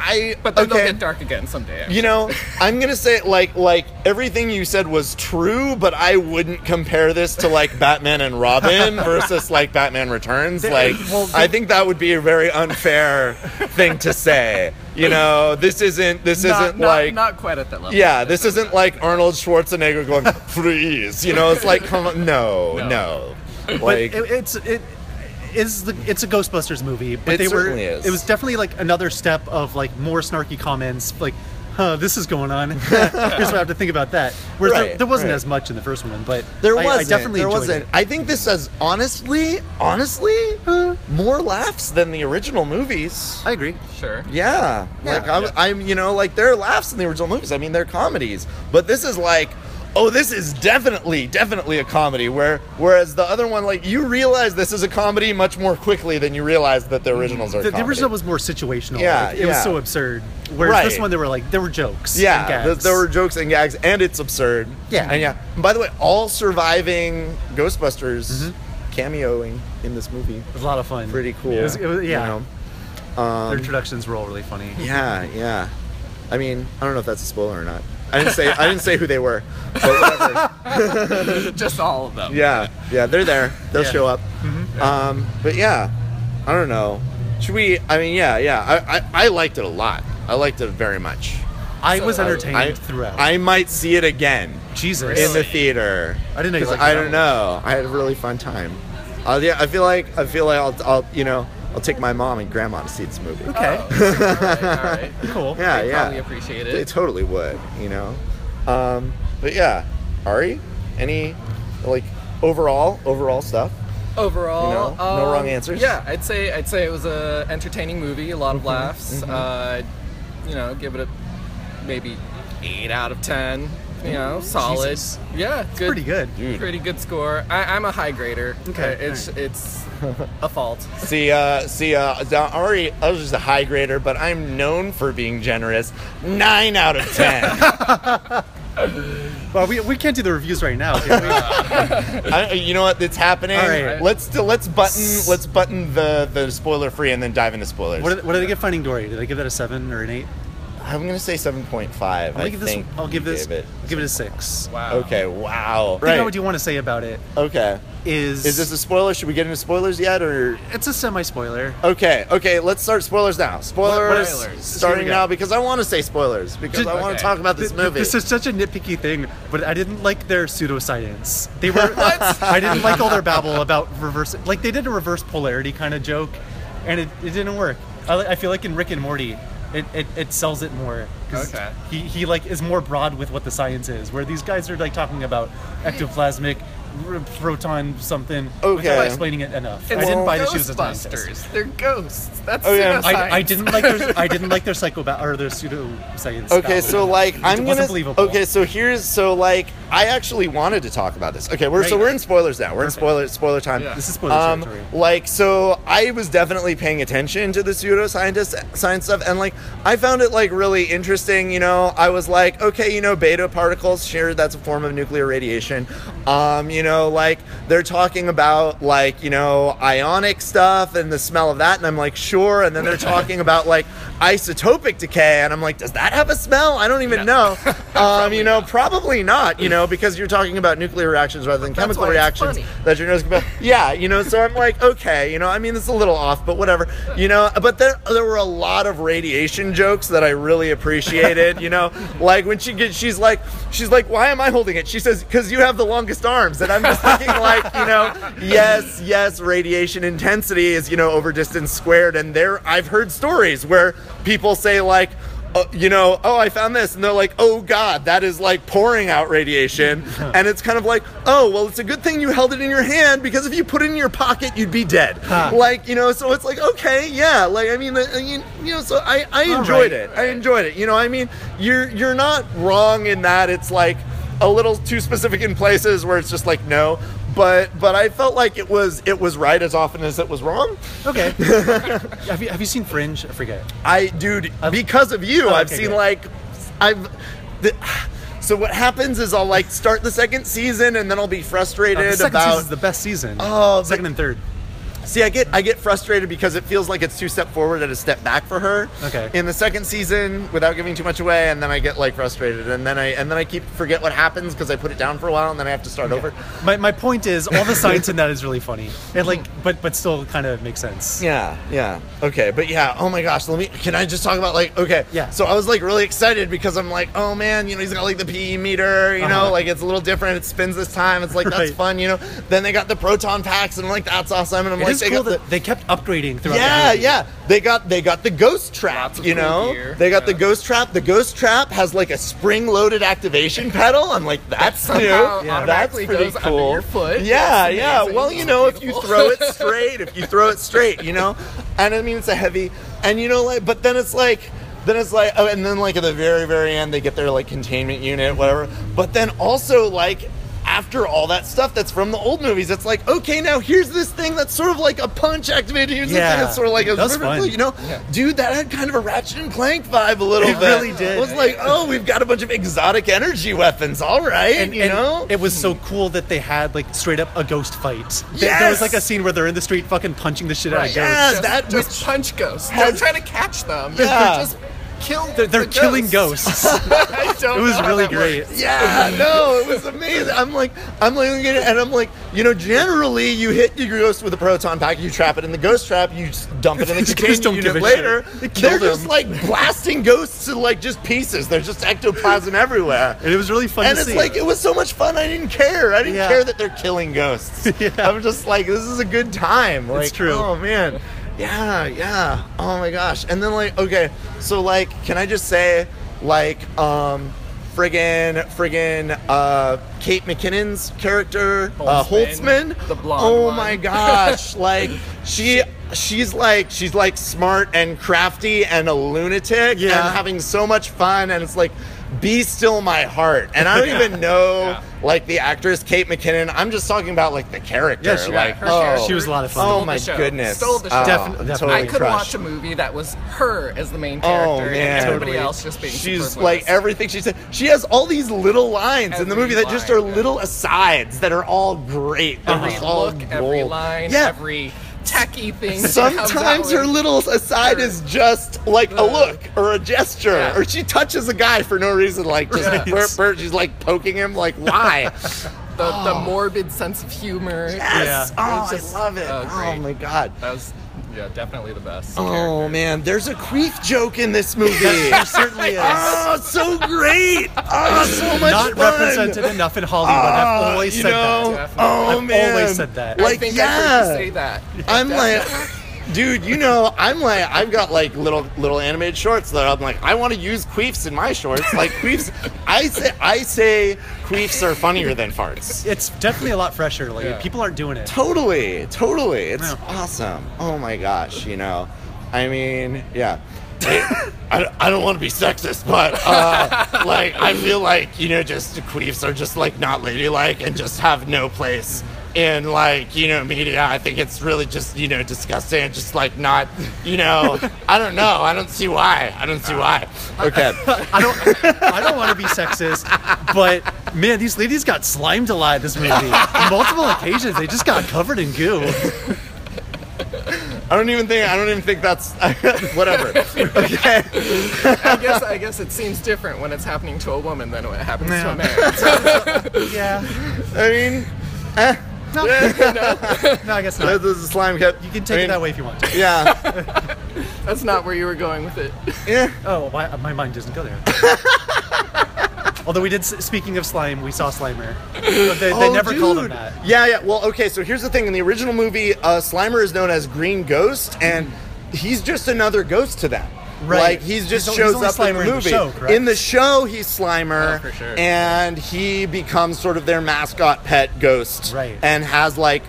[SPEAKER 1] I
[SPEAKER 3] <laughs> but then
[SPEAKER 1] okay.
[SPEAKER 3] they'll get dark again someday.
[SPEAKER 1] You know, I'm gonna say like like everything you said was true, but I wouldn't compare this to like Batman and
[SPEAKER 2] <laughs>
[SPEAKER 1] Robin versus like Batman Returns. Like,
[SPEAKER 2] well,
[SPEAKER 1] I think that would be a very unfair thing to say.
[SPEAKER 2] <laughs>
[SPEAKER 1] You know, this isn't this
[SPEAKER 3] not,
[SPEAKER 1] isn't
[SPEAKER 3] not-
[SPEAKER 1] like
[SPEAKER 3] not quite at that level.
[SPEAKER 1] yeah, this isn't like Arnold Schwarzenegger going freeze. You know, it's like come on, no, no,
[SPEAKER 2] but
[SPEAKER 1] like
[SPEAKER 2] it, it's it is the it's a Ghostbusters movie, but
[SPEAKER 1] It
[SPEAKER 2] they were
[SPEAKER 1] certainly is.
[SPEAKER 2] it was definitely like another step of like more snarky comments like. Huh, this is going on. <laughs> Here's what I have to think about that. Whereas there,
[SPEAKER 1] Right,
[SPEAKER 2] there wasn't
[SPEAKER 1] right.
[SPEAKER 2] as much in the first one, but
[SPEAKER 1] There
[SPEAKER 2] I-
[SPEAKER 1] wasn't.
[SPEAKER 2] I, definitely
[SPEAKER 1] there
[SPEAKER 2] enjoyed
[SPEAKER 1] wasn't.
[SPEAKER 2] it.
[SPEAKER 1] I think this has honestly, honestly, more laughs than the original movies.
[SPEAKER 2] I agree.
[SPEAKER 3] Sure. <laughs>
[SPEAKER 1] Yeah, like I'm, I'm, you know, like there are laughs in the original movies. I mean, they're comedies, but this is like, oh, this is definitely, definitely a comedy. Where whereas the other one, like, you realize this is a comedy much more quickly than you realize that the originals are.
[SPEAKER 2] The, the
[SPEAKER 1] comedy.
[SPEAKER 2] original was more situational.
[SPEAKER 1] Yeah,
[SPEAKER 2] Like, it was
[SPEAKER 1] yeah.
[SPEAKER 2] so absurd. Whereas this
[SPEAKER 1] Right.
[SPEAKER 2] one, there were like there were jokes. and
[SPEAKER 1] Yeah, th-
[SPEAKER 2] gags.
[SPEAKER 1] there were jokes and gags, and it's absurd.
[SPEAKER 2] Yeah.
[SPEAKER 1] and yeah. And by the way, all surviving Ghostbusters cameoing in this movie.
[SPEAKER 2] It was a lot of fun.
[SPEAKER 1] pretty cool.
[SPEAKER 2] Mm-hmm. It was- it was-
[SPEAKER 1] you
[SPEAKER 2] yeah,
[SPEAKER 1] know? um,
[SPEAKER 2] their introductions were all really funny.
[SPEAKER 1] Yeah, yeah. I mean, I don't know if that's a spoiler or not. I didn't say I didn't say who they were, but
[SPEAKER 2] <laughs>
[SPEAKER 1] whatever.
[SPEAKER 3] Just all of them.
[SPEAKER 1] yeah, yeah, they're there. They'll
[SPEAKER 2] Yeah.
[SPEAKER 1] show up. Um, but yeah, I don't know. Should we? I mean, yeah, yeah. I, I, I liked it a lot. I liked it very much.
[SPEAKER 2] I
[SPEAKER 3] So,
[SPEAKER 2] was
[SPEAKER 3] I-
[SPEAKER 2] entertained
[SPEAKER 1] I
[SPEAKER 2] throughout.
[SPEAKER 1] I might see it again
[SPEAKER 2] Jesus,
[SPEAKER 1] in the theater.
[SPEAKER 2] I didn't know you
[SPEAKER 1] 'Cause
[SPEAKER 2] liked
[SPEAKER 1] I
[SPEAKER 2] that
[SPEAKER 1] don't
[SPEAKER 2] one.
[SPEAKER 1] know. I had a really fun time. Uh, yeah, I feel like I feel like I'll, I'll you know I'll take my mom and grandma to see this movie.
[SPEAKER 2] Okay.
[SPEAKER 1] <laughs>
[SPEAKER 3] All right.
[SPEAKER 2] Cool.
[SPEAKER 1] Yeah,
[SPEAKER 3] They
[SPEAKER 1] yeah.
[SPEAKER 3] probably appreciate it.
[SPEAKER 1] They totally would, you know. Um, but yeah, Ari, any like overall overall stuff?
[SPEAKER 3] overall
[SPEAKER 1] You know, no
[SPEAKER 3] um,
[SPEAKER 1] wrong answers. Mm-hmm,
[SPEAKER 3] yeah i'd say i'd say it was a entertaining movie a lot of laughs uh, you know give it a maybe eight out of ten you know solid
[SPEAKER 2] Jesus.
[SPEAKER 3] yeah good,
[SPEAKER 2] pretty good.
[SPEAKER 1] Dude.
[SPEAKER 3] pretty good score I, i'm a high grader
[SPEAKER 2] Okay,
[SPEAKER 3] Uh,
[SPEAKER 1] <laughs>
[SPEAKER 3] it's it's a fault
[SPEAKER 1] See, uh, see, uh, the- Ari, I was just a high grader, but I'm known for being generous. Nine out of ten.
[SPEAKER 2] <laughs> Well, we, we can't do the reviews right now. Can
[SPEAKER 1] <laughs>
[SPEAKER 2] we?
[SPEAKER 1] I, you know what? It's happening.
[SPEAKER 2] All right.
[SPEAKER 1] Let's let's button let's button the the spoiler free and then dive into spoilers.
[SPEAKER 2] what, did, what did I give Finding Dory? Did I give that a seven or an eight?
[SPEAKER 1] I'm gonna say seven point five.
[SPEAKER 2] I'll
[SPEAKER 1] I
[SPEAKER 2] give
[SPEAKER 1] think
[SPEAKER 2] this. I'll
[SPEAKER 1] you
[SPEAKER 2] give this.
[SPEAKER 1] gave it.
[SPEAKER 2] I'll give it a six.
[SPEAKER 3] wow
[SPEAKER 1] Okay. Wow.
[SPEAKER 2] I think
[SPEAKER 1] Right.
[SPEAKER 2] what you want to say about it
[SPEAKER 1] okay.
[SPEAKER 2] is
[SPEAKER 1] Is this a spoiler? Should we get into spoilers yet, or
[SPEAKER 2] it's a semi spoiler.
[SPEAKER 1] Okay, okay, let's start spoilers now. Spoilers,
[SPEAKER 3] Spoilers.
[SPEAKER 2] Here
[SPEAKER 1] starting
[SPEAKER 2] we go.
[SPEAKER 1] now because I want to say spoilers because
[SPEAKER 2] Did-
[SPEAKER 1] I want
[SPEAKER 3] okay.
[SPEAKER 1] to talk about this
[SPEAKER 2] Th-
[SPEAKER 1] movie.
[SPEAKER 2] This is such a nitpicky thing, but I didn't like their pseudoscience.
[SPEAKER 1] <laughs>
[SPEAKER 2] They were I didn't like all their babble about reverse. Like they did a reverse polarity kind of joke, and it, it didn't work. I, li- I feel like in Rick and Morty, it, it, it sells it more. 'cause
[SPEAKER 3] Okay.
[SPEAKER 2] He, he like is more broad with what the science is, where these guys are like talking about ectoplasmic r- proton something without
[SPEAKER 1] Okay.
[SPEAKER 2] explaining it enough.
[SPEAKER 3] it's
[SPEAKER 2] I didn't buy that she was a scientist.
[SPEAKER 3] Ghostbusters. They're ghosts. That's
[SPEAKER 1] Oh, yeah.
[SPEAKER 2] I, I
[SPEAKER 3] pseudoscience.
[SPEAKER 2] didn't like their I didn't like their psycho or their pseudoscience.
[SPEAKER 1] okay, so
[SPEAKER 2] babble.
[SPEAKER 1] like
[SPEAKER 2] It
[SPEAKER 1] I'm
[SPEAKER 2] wasn't
[SPEAKER 1] gonna.
[SPEAKER 2] believable.
[SPEAKER 1] Okay, so here's so like I actually wanted to talk about this. Okay, we're so
[SPEAKER 2] Right.
[SPEAKER 1] we're in spoilers now. We're
[SPEAKER 2] Perfect.
[SPEAKER 1] in spoiler spoiler time.
[SPEAKER 3] Yeah.
[SPEAKER 2] This is spoiler
[SPEAKER 1] Um,
[SPEAKER 2] territory.
[SPEAKER 1] like so, I was definitely paying attention to the pseudoscientist science stuff, and like I found it like really interesting. You know, I was like, okay, you know, beta particles, sure, that's a form of nuclear radiation. Um, you know, like they're talking about like you know ionic stuff and the smell of that, and I'm like, sure. And then
[SPEAKER 3] <laughs>
[SPEAKER 1] they're talking about like isotopic decay, and I'm like, does that have a smell? I don't even
[SPEAKER 3] <laughs>
[SPEAKER 1] know. Um, you know, probably not. You know, because you're talking about nuclear reactions rather than chemical
[SPEAKER 3] why it's
[SPEAKER 1] reactions
[SPEAKER 3] funny.
[SPEAKER 1] that your nose can be. Yeah, you know. So I'm like, okay, you know. I mean, it's a little off, but whatever. You know. But there, there were a lot of radiation jokes that I really appreciated. You know, like when she gets, she's like, she's like, why am I holding it? She says, because you have the longest arms, and I'm just thinking like, you know, yes, yes, radiation intensity is you know over distance squared, and there I've heard stories where people say like. Uh, you know, oh, I found this, and they're like, oh god, that is like pouring out
[SPEAKER 2] <laughs>
[SPEAKER 1] radiation, and it's kind of like, oh, well, it's a good thing you held it in your hand because if you put it in your pocket, you'd be dead. Like, you know, so it's like, okay, yeah, like I mean, uh, you, you know, so I, I
[SPEAKER 2] All
[SPEAKER 1] enjoyed
[SPEAKER 2] right.
[SPEAKER 1] it, I enjoyed it. You know, I mean, you're you're not wrong in that it's like a little too specific in places where it's just like no, but but I felt like it was it was right as often as it was wrong. <laughs>
[SPEAKER 2] Okay. have you have you seen Fringe? I forget.
[SPEAKER 1] I, dude, because of you,
[SPEAKER 2] Oh,
[SPEAKER 1] I've
[SPEAKER 2] okay,
[SPEAKER 1] seen
[SPEAKER 2] good.
[SPEAKER 1] like, I've. The, so what happens is I'll like start the second season and then I'll be
[SPEAKER 2] Uh, the
[SPEAKER 1] frustrated
[SPEAKER 2] second
[SPEAKER 1] about.
[SPEAKER 2] season's the best season.
[SPEAKER 1] Oh,
[SPEAKER 2] second and third.
[SPEAKER 1] See, I get I get frustrated because it feels like it's two step forward and a step back for her.
[SPEAKER 2] Okay.
[SPEAKER 1] In the second season, without giving too much away, and then I get like frustrated, and then I and then I keep forget what happens because I put it down for a while, and then I have to start over.
[SPEAKER 2] My, my point is, all the science in that is really funny, and like, but but still kind of makes sense.
[SPEAKER 1] Mm-hmm. Yeah, yeah. Okay, but yeah, oh my gosh, let me can I just talk about like okay.
[SPEAKER 2] Yeah.
[SPEAKER 1] So I was like really excited because I'm like, oh man, you know, he's got like the PE meter, you
[SPEAKER 2] Uh-huh.
[SPEAKER 1] know, like it's a little different, it spins this time, it's like that's
[SPEAKER 2] Right.
[SPEAKER 1] fun, you know. Then they got the proton packs and I'm like, that's awesome, and I'm
[SPEAKER 2] It
[SPEAKER 1] like
[SPEAKER 2] is
[SPEAKER 1] they
[SPEAKER 2] cool
[SPEAKER 1] got
[SPEAKER 2] that they kept upgrading
[SPEAKER 1] the
[SPEAKER 2] throughout.
[SPEAKER 1] yeah,
[SPEAKER 2] the movie.
[SPEAKER 1] yeah. They got they got the ghost trap,
[SPEAKER 3] Lots of
[SPEAKER 1] you
[SPEAKER 3] cool
[SPEAKER 1] know.
[SPEAKER 3] gear.
[SPEAKER 1] They got the
[SPEAKER 3] Yeah.
[SPEAKER 1] ghost trap. The ghost trap has like a spring-loaded
[SPEAKER 3] <laughs>
[SPEAKER 1] activation pedal. I'm like, that's new.
[SPEAKER 3] somehow
[SPEAKER 1] That's
[SPEAKER 3] automatically
[SPEAKER 1] pretty
[SPEAKER 3] goes under
[SPEAKER 1] cool.
[SPEAKER 3] your foot.
[SPEAKER 1] Yeah,
[SPEAKER 3] That's
[SPEAKER 1] yeah.
[SPEAKER 3] amazing.
[SPEAKER 1] Well, you know, if you
[SPEAKER 3] Beautiful.
[SPEAKER 1] throw it straight, if you throw it straight, you know. And I mean, it's a heavy, and you know, like, but then it's like. Then it's like, oh, and then like at the very, very end, they get their like containment unit, whatever. But then also like after all that stuff that's from the old movies, it's like, okay, now here's this thing that's sort of like a punch activated. Here's this
[SPEAKER 2] Yeah.
[SPEAKER 1] thing that's sort of like a
[SPEAKER 2] That was fun.
[SPEAKER 1] you know, dude, that had kind of a Ratchet and Clank vibe a little
[SPEAKER 2] It
[SPEAKER 1] bit.
[SPEAKER 2] really did.
[SPEAKER 1] It was like, oh, we've got a bunch of exotic energy weapons. All right,
[SPEAKER 2] And,
[SPEAKER 1] you
[SPEAKER 2] and
[SPEAKER 1] know,
[SPEAKER 2] it was so cool that they had like straight up a ghost fight. There- There
[SPEAKER 1] Yes!
[SPEAKER 2] was like a scene where they're in the street fucking punching the shit out of
[SPEAKER 1] Right.
[SPEAKER 2] ghosts.
[SPEAKER 1] Yeah,
[SPEAKER 3] just,
[SPEAKER 1] that
[SPEAKER 2] <laughs>
[SPEAKER 3] just
[SPEAKER 1] was-
[SPEAKER 3] punch ghosts.
[SPEAKER 1] Has-
[SPEAKER 3] Don't try to catch them.
[SPEAKER 1] <laughs> Yeah.
[SPEAKER 3] Just <laughs> kill.
[SPEAKER 2] They're, they're
[SPEAKER 3] the
[SPEAKER 2] killing
[SPEAKER 1] <laughs>
[SPEAKER 2] ghosts. it
[SPEAKER 3] <laughs> I don't
[SPEAKER 2] was
[SPEAKER 3] know how
[SPEAKER 2] really
[SPEAKER 3] that
[SPEAKER 2] great.
[SPEAKER 3] works.
[SPEAKER 1] Yeah, no, it was amazing. I'm like, I'm looking at it, and I'm like, you know, generally you hit your ghost with a proton pack, you trap it in the ghost trap, you just dump
[SPEAKER 2] <laughs>
[SPEAKER 1] it in the
[SPEAKER 2] These guys
[SPEAKER 1] containment
[SPEAKER 2] don't give
[SPEAKER 1] unit
[SPEAKER 2] a
[SPEAKER 1] later.
[SPEAKER 2] shit. They
[SPEAKER 1] They're
[SPEAKER 2] killed
[SPEAKER 1] just
[SPEAKER 2] him.
[SPEAKER 1] like blasting ghosts to like just pieces. There's just ectoplasm everywhere.
[SPEAKER 2] And it was really fun
[SPEAKER 1] And
[SPEAKER 2] to
[SPEAKER 1] it's
[SPEAKER 2] see.
[SPEAKER 1] like it was so much fun. I didn't care. I didn't
[SPEAKER 2] Yeah.
[SPEAKER 1] care that they're killing ghosts.
[SPEAKER 2] <laughs> Yeah.
[SPEAKER 1] I'm just like, this is a good time. Like,
[SPEAKER 2] true.
[SPEAKER 1] Oh man, Yeah, yeah. Oh my gosh. And then like, okay, so like, can I just say, like, um, friggin', friggin', uh, Kate McKinnon's character, uh,
[SPEAKER 3] Holtzman,
[SPEAKER 1] Holtzman.
[SPEAKER 3] the blonde
[SPEAKER 1] Oh
[SPEAKER 3] one.
[SPEAKER 1] my
[SPEAKER 2] <laughs>
[SPEAKER 1] gosh! Like she. She's like she's like smart and crafty and a lunatic
[SPEAKER 2] Yeah.
[SPEAKER 1] and having so much fun and it's like be still my heart and I don't even know
[SPEAKER 3] <laughs> Yeah.
[SPEAKER 1] like the actress Kate McKinnon I'm just talking about like the character
[SPEAKER 2] Yeah, she-
[SPEAKER 1] like
[SPEAKER 3] her
[SPEAKER 1] oh
[SPEAKER 2] She was a lot of fun.
[SPEAKER 1] oh
[SPEAKER 3] the
[SPEAKER 1] my
[SPEAKER 3] show.
[SPEAKER 1] goodness
[SPEAKER 3] Stole the show.
[SPEAKER 1] Oh,
[SPEAKER 2] Defin- definitely.
[SPEAKER 1] totally
[SPEAKER 3] I could
[SPEAKER 1] crushed.
[SPEAKER 3] watch a movie that was her as the main character
[SPEAKER 1] Oh, man.
[SPEAKER 3] and everybody
[SPEAKER 2] Totally.
[SPEAKER 3] else just being
[SPEAKER 1] She's
[SPEAKER 3] superfluous.
[SPEAKER 1] like everything she said. She has all these little lines in the
[SPEAKER 3] Every
[SPEAKER 1] movie that just
[SPEAKER 3] line,
[SPEAKER 1] are
[SPEAKER 3] yeah.
[SPEAKER 1] little asides that are all great. They're
[SPEAKER 3] every
[SPEAKER 1] just all
[SPEAKER 3] look, every
[SPEAKER 1] gold.
[SPEAKER 3] line,
[SPEAKER 1] Yeah.
[SPEAKER 3] every techie thing. that comes
[SPEAKER 1] <laughs>
[SPEAKER 3] out
[SPEAKER 1] Sometimes her
[SPEAKER 3] with-
[SPEAKER 1] little aside is just like a
[SPEAKER 3] Uh,
[SPEAKER 1] look or a gesture,
[SPEAKER 3] yeah.
[SPEAKER 1] or she touches a guy for no reason, like just
[SPEAKER 2] Right.
[SPEAKER 1] burp, burp, she's like poking him, like
[SPEAKER 2] <laughs>
[SPEAKER 1] why?
[SPEAKER 3] the, the morbid sense of humor.
[SPEAKER 1] yes, oh,
[SPEAKER 3] It's just-
[SPEAKER 1] I love it.
[SPEAKER 3] oh,
[SPEAKER 1] oh
[SPEAKER 3] great.
[SPEAKER 1] my god.
[SPEAKER 3] That was yeah, definitely the best.
[SPEAKER 1] Oh man, there's a queef joke in this
[SPEAKER 2] <laughs>
[SPEAKER 1] movie. <laughs>
[SPEAKER 2] There certainly is.
[SPEAKER 1] Oh, it's so great! Oh, so much
[SPEAKER 2] Not
[SPEAKER 1] fun.
[SPEAKER 2] represented enough in Hollywood. I've
[SPEAKER 1] Ah,
[SPEAKER 2] always
[SPEAKER 1] you
[SPEAKER 2] said
[SPEAKER 1] know,
[SPEAKER 2] that.
[SPEAKER 3] Definitely.
[SPEAKER 1] Oh
[SPEAKER 2] I've
[SPEAKER 1] man,
[SPEAKER 2] always said that.
[SPEAKER 1] Like
[SPEAKER 3] I think I
[SPEAKER 1] yeah,
[SPEAKER 3] heard you say that.
[SPEAKER 1] I'm like, dude, you know, I'm like, I've got like little little animated shorts that I'm like, I want to use queefs in my shorts. Like queefs, I say, I say, queefs are funnier than farts.
[SPEAKER 2] It's definitely a lot fresher. Like
[SPEAKER 3] Yeah.
[SPEAKER 2] people aren't doing it.
[SPEAKER 1] Totally, totally. It's
[SPEAKER 2] Yeah.
[SPEAKER 1] awesome. Oh my gosh, you know. I mean, yeah. <laughs> I, I don't want to be sexist, but <laughs> uh, like I feel like you know, just queefs are just like not ladylike and just have no place in like you know media. I think it's really just you know disgusting. and Just like not you know. I don't know. I don't see why. I don't see why. <laughs> Okay.
[SPEAKER 2] I don't. I don't want to be sexist, but man, these ladies got slimed a lot this
[SPEAKER 1] <laughs>
[SPEAKER 2] movie. On multiple occasions, they just got covered in goo.
[SPEAKER 1] I don't even think. I don't even think that's <laughs> whatever. <laughs> Okay.
[SPEAKER 3] I
[SPEAKER 1] <laughs>
[SPEAKER 3] guess I guess it seems different when it's happening to a woman than when it happens to
[SPEAKER 2] Yeah.
[SPEAKER 3] a man.
[SPEAKER 2] <laughs>
[SPEAKER 3] <laughs>
[SPEAKER 2] Yeah.
[SPEAKER 1] I mean,
[SPEAKER 2] No.
[SPEAKER 1] <laughs>
[SPEAKER 2] no. I guess
[SPEAKER 1] this
[SPEAKER 2] not.
[SPEAKER 1] is a slime cup.
[SPEAKER 2] You can take it that way if you want. To.
[SPEAKER 1] Yeah.
[SPEAKER 3] That's not where you were going with it.
[SPEAKER 1] Yeah.
[SPEAKER 2] Oh, my, my mind doesn't go
[SPEAKER 1] <laughs>
[SPEAKER 2] there. Although we did. s- Speaking of slime, we saw Slimer. But <laughs> They, they
[SPEAKER 1] Oh,
[SPEAKER 2] never called him
[SPEAKER 1] dude.
[SPEAKER 2] that.
[SPEAKER 1] Yeah, yeah. Well, okay. So here's the thing: in the original movie, uh, Slimer is known as Green Ghost, and he's just another ghost to them.
[SPEAKER 2] Right.
[SPEAKER 1] Like he's just
[SPEAKER 2] He's o- he's
[SPEAKER 1] shows
[SPEAKER 2] only
[SPEAKER 1] up in
[SPEAKER 2] Slimer
[SPEAKER 1] the
[SPEAKER 2] in the
[SPEAKER 1] movie.
[SPEAKER 2] show, correct?
[SPEAKER 1] In the show, he's Slimer,
[SPEAKER 3] Oh, for sure.
[SPEAKER 1] and he becomes sort of their mascot pet ghost,
[SPEAKER 2] Right.
[SPEAKER 1] And has like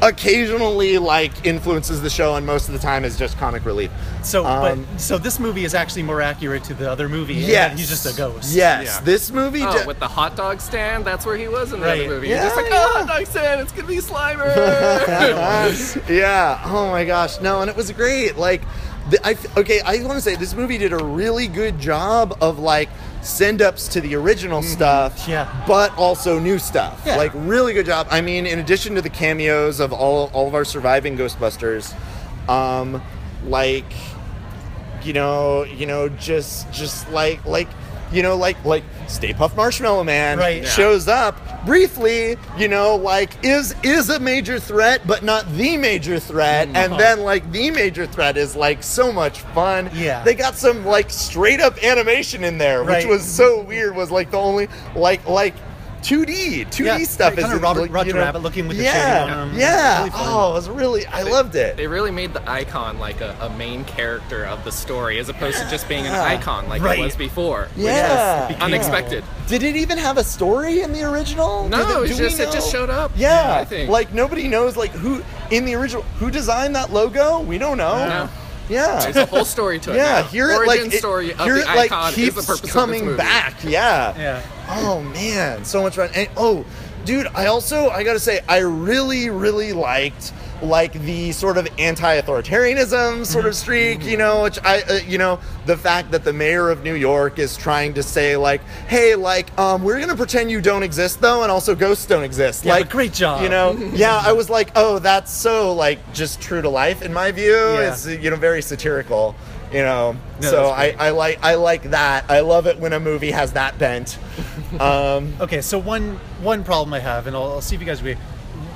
[SPEAKER 1] occasionally like influences the show, and most of the time is just comic relief.
[SPEAKER 2] So,
[SPEAKER 1] Um,
[SPEAKER 2] but so this movie is actually more accurate to the other movie. in
[SPEAKER 1] Yes,
[SPEAKER 2] that he's just a ghost.
[SPEAKER 1] Yes,
[SPEAKER 3] Yeah.
[SPEAKER 1] this movie.
[SPEAKER 3] Oh,
[SPEAKER 1] di-
[SPEAKER 3] with the hot dog stand, that's where he was in the
[SPEAKER 2] Right.
[SPEAKER 3] other movie.
[SPEAKER 1] Yeah,
[SPEAKER 3] You're just like,
[SPEAKER 1] yeah.
[SPEAKER 3] oh, hot dog stand, it's gonna be Slimer.
[SPEAKER 1] <laughs> yeah. Oh my gosh. No, and it was great. Like, the, I okay. I want to say this movie did a really good job of like send ups to the original stuff.
[SPEAKER 2] Mm-hmm. Yeah.
[SPEAKER 1] But also new stuff.
[SPEAKER 2] Yeah.
[SPEAKER 1] Like really good job. I mean, in addition to the cameos of all all of our surviving Ghostbusters, um, like you know, you know, just just like like you know, like like Stay Puff Marshmallow Man
[SPEAKER 2] Right. Yeah.
[SPEAKER 1] shows up briefly, you know, like is is a major threat, but not the major threat.
[SPEAKER 2] Uh-huh.
[SPEAKER 1] And then like the major threat is like so much fun.
[SPEAKER 2] Yeah.
[SPEAKER 1] They got some like straight up animation in there,
[SPEAKER 2] Right.
[SPEAKER 1] which was so weird, was like the only like like 2D, 2D
[SPEAKER 2] Yeah,
[SPEAKER 1] stuff
[SPEAKER 2] kinda
[SPEAKER 1] is in,
[SPEAKER 2] Robert-
[SPEAKER 1] like,
[SPEAKER 2] Roger
[SPEAKER 1] you know-
[SPEAKER 2] Rabbit looking with the shading
[SPEAKER 1] yeah,
[SPEAKER 2] on him.
[SPEAKER 1] Yeah.
[SPEAKER 2] Really fun.
[SPEAKER 1] oh, it was really I loved it.
[SPEAKER 3] they really made the icon like a, a main character of the story as opposed to just being an
[SPEAKER 1] Yeah.
[SPEAKER 3] icon like
[SPEAKER 2] Right.
[SPEAKER 3] it was before. which
[SPEAKER 1] Yeah.
[SPEAKER 3] was
[SPEAKER 1] It
[SPEAKER 2] became-
[SPEAKER 3] Unexpected.
[SPEAKER 1] Did it even have a story in the original?
[SPEAKER 3] No,
[SPEAKER 1] Did
[SPEAKER 3] it was
[SPEAKER 1] do we
[SPEAKER 3] just- it just
[SPEAKER 1] know?
[SPEAKER 3] showed up.
[SPEAKER 1] Yeah,
[SPEAKER 3] Yeah, I think.
[SPEAKER 1] like nobody knows like who in the original who designed that logo. We don't know.
[SPEAKER 3] No. There's
[SPEAKER 1] Yeah,
[SPEAKER 3] a whole story to it.
[SPEAKER 1] yeah.
[SPEAKER 3] <laughs> now.
[SPEAKER 1] Here it
[SPEAKER 3] Origin
[SPEAKER 1] like it-
[SPEAKER 3] story of
[SPEAKER 1] here
[SPEAKER 3] the
[SPEAKER 1] it like
[SPEAKER 3] icon is
[SPEAKER 1] keeps
[SPEAKER 3] the purpose of this
[SPEAKER 1] coming
[SPEAKER 3] movie.
[SPEAKER 1] back. Yeah.
[SPEAKER 2] Yeah.
[SPEAKER 1] Oh man, so much fun. And oh, dude, I also I gotta say I really really liked like the sort of anti-authoritarianism sort
[SPEAKER 2] Mm-hmm.
[SPEAKER 1] of streak, you know, which I uh, you know the fact that the mayor of New York is trying to say like, hey, like um, we're gonna pretend you don't exist though, and also ghosts don't exist.
[SPEAKER 2] Yeah, but
[SPEAKER 1] like,
[SPEAKER 2] great job.
[SPEAKER 1] you know. yeah, I was like, oh, that's so like just true to life in my view.
[SPEAKER 2] Yeah.
[SPEAKER 1] It's you know very satirical. You know,
[SPEAKER 2] No,
[SPEAKER 1] so
[SPEAKER 2] that's
[SPEAKER 1] I, I like I like that. I love it when a movie has that
[SPEAKER 2] <laughs>
[SPEAKER 1] bent. Um,
[SPEAKER 2] Okay, so one one problem I have, and I'll, I'll see if you guys agree.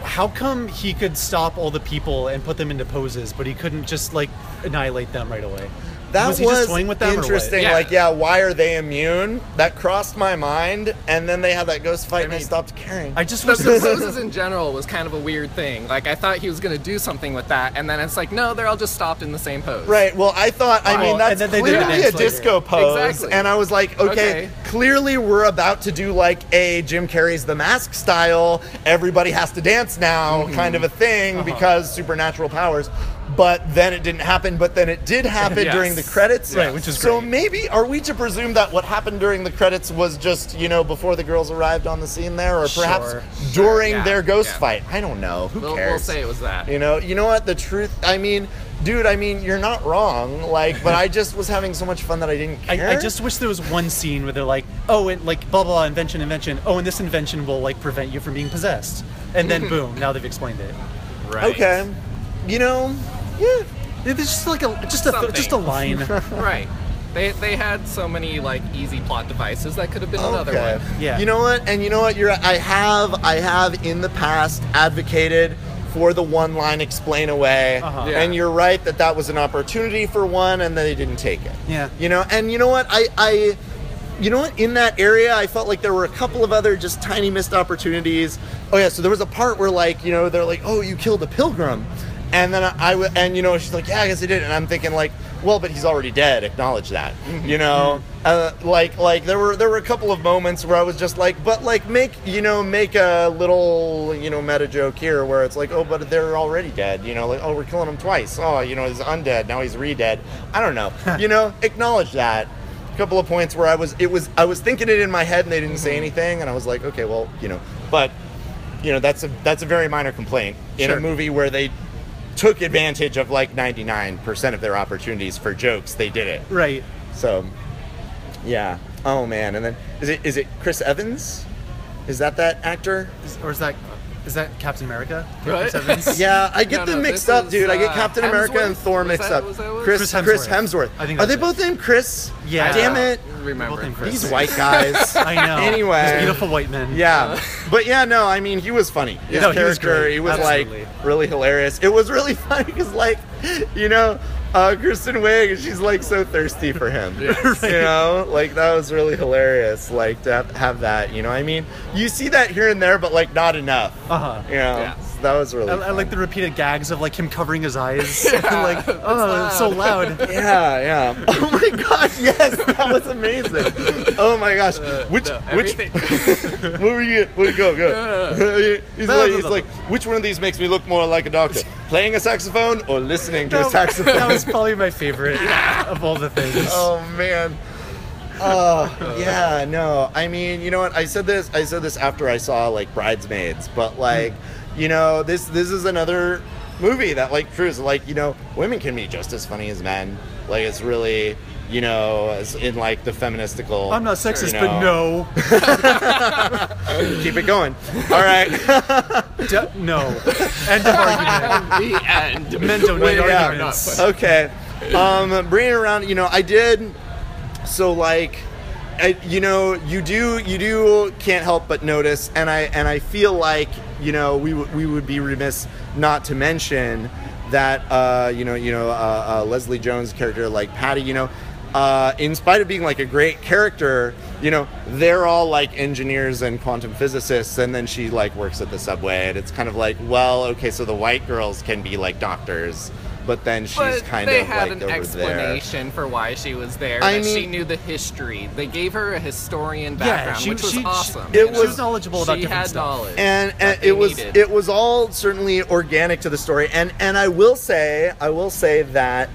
[SPEAKER 2] How come he could stop all the people and put them into poses, but he couldn't just like annihilate them right away?
[SPEAKER 1] That
[SPEAKER 2] Was he just toying with them or what?
[SPEAKER 1] interesting.
[SPEAKER 3] Yeah.
[SPEAKER 1] Like, yeah, why are they immune? That crossed my mind, and then they had that ghost fight, and I
[SPEAKER 3] mean-
[SPEAKER 1] stopped caring.
[SPEAKER 2] I just
[SPEAKER 3] The
[SPEAKER 1] <laughs>
[SPEAKER 2] wish there was
[SPEAKER 3] proposals in general was kind of a weird thing. Like I thought he was gonna do something with that, and then it's like, no, they're all just stopped in the same pose.
[SPEAKER 1] Right. Well, I thought. I mean,
[SPEAKER 2] Well,
[SPEAKER 1] that's
[SPEAKER 2] Oh, and then they did it
[SPEAKER 1] clearly a
[SPEAKER 2] next later.
[SPEAKER 1] disco pose,
[SPEAKER 3] Exactly.
[SPEAKER 1] and I was like, okay,
[SPEAKER 3] Okay.
[SPEAKER 1] clearly we're about to do like a Jim Carrey's The Mask style. Everybody has to dance now,
[SPEAKER 2] Mm-hmm.
[SPEAKER 1] kind of a
[SPEAKER 2] Uh-huh.
[SPEAKER 1] thing, because supernatural powers. But then it didn't happen. But then it did
[SPEAKER 2] <laughs>
[SPEAKER 1] happen
[SPEAKER 3] Yes.
[SPEAKER 1] during the credits,
[SPEAKER 2] Right, which is
[SPEAKER 1] so
[SPEAKER 2] great.
[SPEAKER 1] maybe are we to presume that what happened during the credits was just you know before the girls arrived on the scene there, or perhaps
[SPEAKER 3] Sure.
[SPEAKER 1] during
[SPEAKER 3] Yeah,
[SPEAKER 1] their ghost
[SPEAKER 3] yeah.
[SPEAKER 1] fight? I don't know. Who
[SPEAKER 3] We'll,
[SPEAKER 1] cares?
[SPEAKER 3] we'll say it was that.
[SPEAKER 1] You know, you know what? The truth. I mean, dude. I mean, you're not wrong. Like, but
[SPEAKER 2] <laughs>
[SPEAKER 1] I just was having so much fun that I didn't care.
[SPEAKER 2] I, I just wish there was one scene where they're like, oh, and like blah blah invention invention. Oh, and this invention will like prevent you from being possessed. And
[SPEAKER 3] <laughs>
[SPEAKER 2] then boom, now they've explained it.
[SPEAKER 3] Right.
[SPEAKER 1] okay. You know, yeah.
[SPEAKER 2] It's just like a just a
[SPEAKER 3] Something.
[SPEAKER 2] just a line.
[SPEAKER 1] <laughs>
[SPEAKER 3] Right. They they had so many like easy plot devices that could have been another
[SPEAKER 1] Okay.
[SPEAKER 3] one.
[SPEAKER 2] Yeah.
[SPEAKER 1] You know what? And you know what? You're. I have. I have in the past advocated for the one line explain away.
[SPEAKER 2] Uh-huh.
[SPEAKER 3] Yeah.
[SPEAKER 1] And you're right that that was an opportunity for one, and they didn't take it.
[SPEAKER 2] Yeah.
[SPEAKER 1] You know. And you know what? I. I. You know what? In that area, I felt like there were a couple of other just tiny missed opportunities. Oh yeah. So there was a part where like you know they're like, oh, you killed a pilgrim. And then I, I w- and you know she's like, yeah, I guess I did. And I'm thinking like, well, but he's already dead. Acknowledge that,
[SPEAKER 2] Mm-hmm.
[SPEAKER 1] you know. Uh, like, like there were there were a couple of moments where I was just like, but like make you know make a little you know meta joke here where it's like, oh, but they're already dead, you know, like oh, we're killing him twice. Oh, you know, he's undead now, he's re-dead. I don't know, you know, acknowledge that. A couple of points where I was it was I was thinking it in my head and they didn't say anything, and I was like, okay, well, you know, but you know that's a that's a very minor complaint in a
[SPEAKER 2] Sure.
[SPEAKER 1] movie where they took advantage of like 99% of their opportunities for jokes they did it
[SPEAKER 2] Right.
[SPEAKER 1] so yeah oh man and then is it is it chris evans is that that actor
[SPEAKER 2] Is- or is that is that Captain America?
[SPEAKER 3] Right.
[SPEAKER 2] Chris Evans?
[SPEAKER 1] <laughs> yeah i get
[SPEAKER 3] No,
[SPEAKER 1] them
[SPEAKER 3] no,
[SPEAKER 1] mixed
[SPEAKER 3] this
[SPEAKER 1] up
[SPEAKER 3] is,
[SPEAKER 1] dude i get
[SPEAKER 3] uh,
[SPEAKER 1] captain america and
[SPEAKER 3] Hemsworth?
[SPEAKER 1] thor
[SPEAKER 3] Was
[SPEAKER 1] mixed
[SPEAKER 3] that-
[SPEAKER 1] up
[SPEAKER 3] was that what-
[SPEAKER 1] chris,
[SPEAKER 2] Chris
[SPEAKER 1] chris
[SPEAKER 2] Hemsworth.
[SPEAKER 1] hemsworth
[SPEAKER 2] I think
[SPEAKER 1] are
[SPEAKER 2] that's
[SPEAKER 1] they
[SPEAKER 2] it.
[SPEAKER 1] both in chris
[SPEAKER 2] Yeah.
[SPEAKER 1] damn it
[SPEAKER 3] Remember
[SPEAKER 2] Both in
[SPEAKER 3] <laughs> Chris.
[SPEAKER 1] these white guys
[SPEAKER 2] <laughs> I know.
[SPEAKER 1] Anyway.
[SPEAKER 2] These beautiful white men.
[SPEAKER 1] Yeah,
[SPEAKER 2] <laughs>
[SPEAKER 1] but yeah, no, I mean, he was funny. His
[SPEAKER 2] No, he was
[SPEAKER 1] character,
[SPEAKER 2] great.
[SPEAKER 1] he was,
[SPEAKER 2] Absolutely.
[SPEAKER 1] like really hilarious. It was really <laughs> funny because, like, you know, uh, Kristen Wiig, she's like so thirsty for
[SPEAKER 2] <laughs>
[SPEAKER 1] him. You know, like that was really hilarious. Like to have, have that. You know, I mean, you see that here and there, but like not enough.
[SPEAKER 2] Uh huh.
[SPEAKER 1] You know,
[SPEAKER 3] Yeah.
[SPEAKER 1] So that was really.
[SPEAKER 2] I, I like
[SPEAKER 1] fun.
[SPEAKER 2] the repeated gags of like him covering his eyes.
[SPEAKER 1] <laughs>
[SPEAKER 2] <laughs> like, oh, it's so loud.
[SPEAKER 1] Yeah, yeah. <laughs> Oh my gosh, yes, that was amazing. Oh my gosh,
[SPEAKER 2] Uh,
[SPEAKER 1] which
[SPEAKER 3] no,
[SPEAKER 1] which <laughs>
[SPEAKER 3] everything-
[SPEAKER 1] what were you? Where you go? Go. <laughs> he's
[SPEAKER 2] No,
[SPEAKER 1] like,
[SPEAKER 2] no,
[SPEAKER 1] he's
[SPEAKER 2] no.
[SPEAKER 1] like, which one of these makes me look more like a
[SPEAKER 2] <laughs>
[SPEAKER 1] doctor? Playing a saxophone or listening to a saxophone?
[SPEAKER 2] that was probably
[SPEAKER 1] <laughs>
[SPEAKER 2] my favorite of all the things.
[SPEAKER 1] oh man. Oh yeah, no. I mean, you know what? I said this. I said this after I saw like Bridesmaids, but like, you know, this this is another movie that like proves like you know women can be just as funny as men. Like it's really you know as in like the feministical.
[SPEAKER 2] I'm not
[SPEAKER 1] you
[SPEAKER 2] sexist,
[SPEAKER 1] know.
[SPEAKER 2] but no,
[SPEAKER 1] Keep it going. All
[SPEAKER 2] <laughs>
[SPEAKER 1] <laughs> right.
[SPEAKER 2] De-
[SPEAKER 1] <laughs>
[SPEAKER 2] no. End of argument.
[SPEAKER 3] the
[SPEAKER 2] <laughs>
[SPEAKER 3] end.
[SPEAKER 2] Men don't need
[SPEAKER 1] yeah.
[SPEAKER 2] arguments.
[SPEAKER 1] okay. Um, bringing it around, you know, I did. So like, I, you know, you do, you do can't help but notice, and I and I feel like you know we w- we would be remiss not to mention that uh, you know you know uh, uh, Leslie Jones' character like Patty, you know. Uh, in spite of being like a great character, you know, they're all like engineers and quantum physicists, and then she like works at the subway, and it's kind of like, well, okay, so the white girls can be like doctors, but then she's
[SPEAKER 3] But
[SPEAKER 1] kind
[SPEAKER 3] they
[SPEAKER 1] of
[SPEAKER 3] had
[SPEAKER 1] like
[SPEAKER 3] an
[SPEAKER 1] over there.
[SPEAKER 3] explanation for why she was there.
[SPEAKER 1] I
[SPEAKER 3] that she
[SPEAKER 1] mean-
[SPEAKER 3] knew the history. They gave her a historian
[SPEAKER 2] Yeah,
[SPEAKER 3] background,
[SPEAKER 2] she,
[SPEAKER 3] which was
[SPEAKER 2] she,
[SPEAKER 3] awesome.
[SPEAKER 2] she,
[SPEAKER 1] It
[SPEAKER 3] you
[SPEAKER 2] she
[SPEAKER 1] was-
[SPEAKER 3] know?
[SPEAKER 2] was knowledgeable about
[SPEAKER 3] she
[SPEAKER 2] different
[SPEAKER 3] had
[SPEAKER 2] stuff.
[SPEAKER 3] knowledge,
[SPEAKER 1] and,
[SPEAKER 3] that
[SPEAKER 1] and
[SPEAKER 3] they
[SPEAKER 1] it was
[SPEAKER 3] needed.
[SPEAKER 1] it was all certainly organic to the story and and i will say i will say that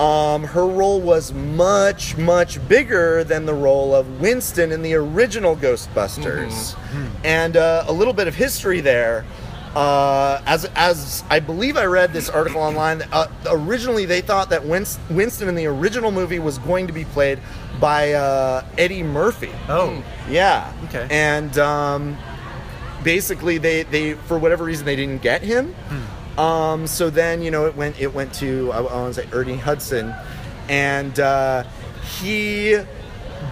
[SPEAKER 1] um, her role was much much bigger than the role of winston in the original ghostbusters
[SPEAKER 3] Mm-hmm.
[SPEAKER 1] and uh, a little bit of history there uh, as as I believe I read this article
[SPEAKER 3] <coughs>
[SPEAKER 1] online, that, uh, originally they thought that Winst- Winston in the original movie was going to be played by uh, Eddie Murphy.
[SPEAKER 2] Oh,
[SPEAKER 1] Yeah.
[SPEAKER 2] Okay.
[SPEAKER 1] And um, basically, they they for whatever reason they didn't get him. Um, so then you know it went it went to I, want to say Ernie Hudson, and uh, he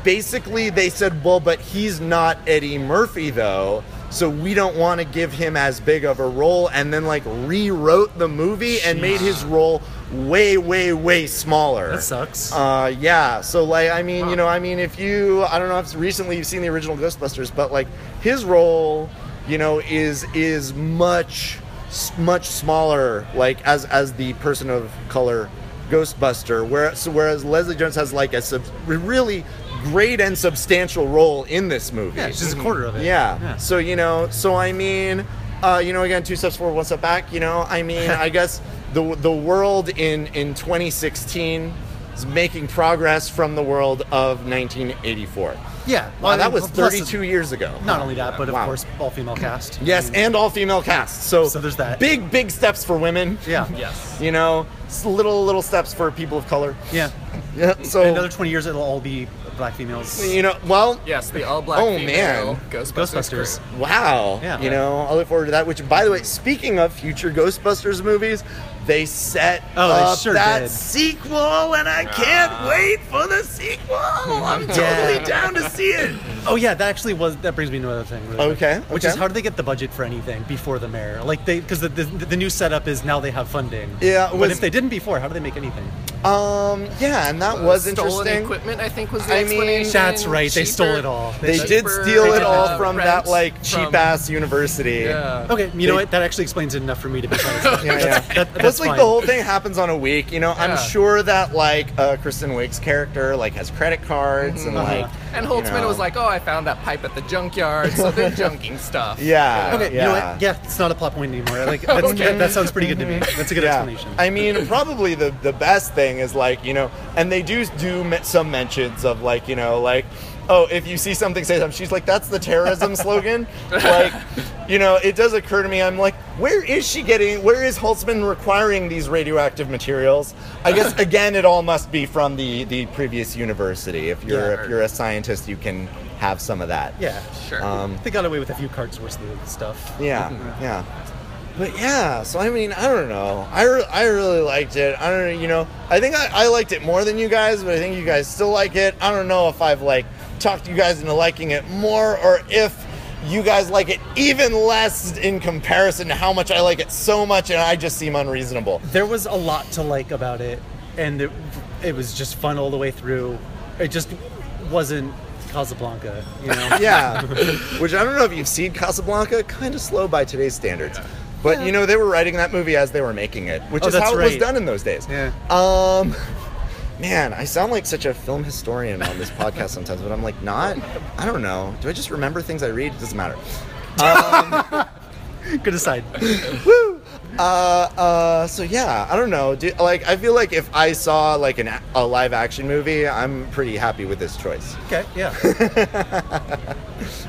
[SPEAKER 1] basically they said, well, but he's not Eddie Murphy though. so we don't want to give him as big of a role and then like rewrote the movie and made his role way way way smaller
[SPEAKER 2] That sucks.
[SPEAKER 1] uh, yeah. So like, I mean, you know, I mean, if you, I don't know, if it's recently you've seen the original Ghostbusters, but like his role, you know, is is much s- much smaller, like as as the person of color Ghostbuster, whereas whereas Leslie Jones has like a sub, really great and substantial role in this movie.
[SPEAKER 2] yeah, it's just a quarter of it.
[SPEAKER 1] Mm-hmm. Yeah. So you know, so I mean, uh, you know, again, two steps forward, one step back. You know, I
[SPEAKER 2] <laughs>
[SPEAKER 1] mean, I guess the the world in in 2016 is making progress from the world of 1984.
[SPEAKER 2] yeah.
[SPEAKER 1] Wow,
[SPEAKER 2] I
[SPEAKER 1] that
[SPEAKER 2] mean,
[SPEAKER 1] was
[SPEAKER 2] plus
[SPEAKER 1] 32 years ago.
[SPEAKER 2] Not only that, but of
[SPEAKER 1] Wow.
[SPEAKER 2] course, all female cast.
[SPEAKER 1] Yes, and all female cast. So
[SPEAKER 2] So there's that.
[SPEAKER 1] Big big steps for women.
[SPEAKER 2] Yeah.
[SPEAKER 3] Yes.
[SPEAKER 1] You know, s- little little steps for people of color.
[SPEAKER 2] Yeah.
[SPEAKER 1] Yeah. So
[SPEAKER 2] In another 20 years, it'll all be black females.
[SPEAKER 1] you know, well,
[SPEAKER 3] Yes, the all black
[SPEAKER 1] Oh,
[SPEAKER 3] female
[SPEAKER 1] man.
[SPEAKER 3] Ghostbusters.
[SPEAKER 2] Ghostbusters.
[SPEAKER 3] crew.
[SPEAKER 1] Wow.
[SPEAKER 2] Yeah.
[SPEAKER 1] You know, I look forward to that. Which, by the way, speaking of future Ghostbusters movies, they set
[SPEAKER 2] Oh, they
[SPEAKER 1] up
[SPEAKER 2] sure
[SPEAKER 1] that
[SPEAKER 2] did.
[SPEAKER 1] sequel, and I can't
[SPEAKER 3] Ah.
[SPEAKER 1] wait for the sequel.
[SPEAKER 2] <laughs>
[SPEAKER 1] I'm totally down to see it.
[SPEAKER 2] Oh yeah, that actually was. That brings me to another thing. Really quick,
[SPEAKER 1] Okay,
[SPEAKER 2] Which
[SPEAKER 1] okay.
[SPEAKER 2] is how do they get the budget for anything before the mayor? Like they because the, the the new setup is now they have funding.
[SPEAKER 1] Yeah, it
[SPEAKER 2] but
[SPEAKER 1] was-
[SPEAKER 2] if they didn't before, how do they make anything?
[SPEAKER 1] Um, yeah, and that was
[SPEAKER 3] Stolen
[SPEAKER 1] interesting.
[SPEAKER 3] equipment, I think, was the
[SPEAKER 1] I mean-
[SPEAKER 3] explanation.
[SPEAKER 2] That's right, they stole it all.
[SPEAKER 1] They
[SPEAKER 2] Cheaper,
[SPEAKER 1] did steal
[SPEAKER 2] they
[SPEAKER 1] it
[SPEAKER 2] did
[SPEAKER 1] all
[SPEAKER 2] that.
[SPEAKER 1] from
[SPEAKER 3] rent
[SPEAKER 1] that like cheap
[SPEAKER 3] from-
[SPEAKER 1] ass university.
[SPEAKER 3] Yeah.
[SPEAKER 2] Okay, you know
[SPEAKER 1] They-
[SPEAKER 2] what? That actually explains it enough for me to be satisfied.
[SPEAKER 1] <laughs>
[SPEAKER 3] <laughs>
[SPEAKER 1] Yeah, yeah.
[SPEAKER 2] that- that's
[SPEAKER 1] Plus, like
[SPEAKER 2] fine.
[SPEAKER 1] the whole thing happens on a week. You know, I'm
[SPEAKER 3] Yeah.
[SPEAKER 1] sure that like uh, Kristen Wiig's character like has credit cards and
[SPEAKER 2] Uh-huh.
[SPEAKER 1] like
[SPEAKER 3] Mm-hmm. And
[SPEAKER 1] you
[SPEAKER 3] Holtzman
[SPEAKER 1] know.
[SPEAKER 3] was like, "Oh, I found that pipe at the junkyard,
[SPEAKER 1] <laughs>
[SPEAKER 3] so they're junking stuff."
[SPEAKER 1] Yeah.
[SPEAKER 2] Okay, you know what? Yeah, it's not a plot point anymore.
[SPEAKER 1] <laughs>
[SPEAKER 2] Like that's,
[SPEAKER 3] Okay.
[SPEAKER 2] that, that sounds pretty good to me. That's a good explanation.
[SPEAKER 1] I mean, probably the, the best thing is like, you know, and they do do me- some mentions of like, you know, like, oh, if you see something, say something. She's like, that's the
[SPEAKER 2] <laughs>
[SPEAKER 1] terrorism slogan. Like, you know, it does occur to me, I'm like, where is she getting, where is Holtzman requiring these radioactive materials? I
[SPEAKER 2] <laughs>
[SPEAKER 1] guess, again, it all must be from the, the previous university. If you're,
[SPEAKER 2] Yeah.
[SPEAKER 1] if you're a scientist, you can have some of that.
[SPEAKER 2] yeah,
[SPEAKER 3] Sure.
[SPEAKER 1] Um,
[SPEAKER 2] they got away with a few cards worth of stuff.
[SPEAKER 1] yeah, yeah. But yeah, so I mean, I don't know. I, re- I really liked it. I don't know, you know, I think I, I liked it more than you guys, but I think you guys still like it. I don't know if I've like talked you guys into liking it more or if you guys like it even less in comparison to how much I like it so much and I just seem unreasonable.
[SPEAKER 2] there was a lot to like about it, and it, it was just fun all the way through. It just wasn't Casablanca, you know.
[SPEAKER 1] yeah. <laughs> Which I don't know if you've seen Casablanca, kind of slow by today's standards. But you know, they were writing that movie as they were making it, which
[SPEAKER 2] Oh,
[SPEAKER 1] is how
[SPEAKER 2] that's
[SPEAKER 1] it was
[SPEAKER 2] right.
[SPEAKER 1] done in those days.
[SPEAKER 2] Yeah.
[SPEAKER 1] Um Man, I sound like such a film historian on this podcast sometimes, but I'm like not. I don't know. Do I just remember things I read? It doesn't matter.
[SPEAKER 2] Good aside.
[SPEAKER 1] Woo! Uh, uh, so yeah, I don't know. Do, like, I feel like if I saw like an, a- a live action movie, I'm pretty happy with this choice.
[SPEAKER 2] Okay, <laughs> yeah.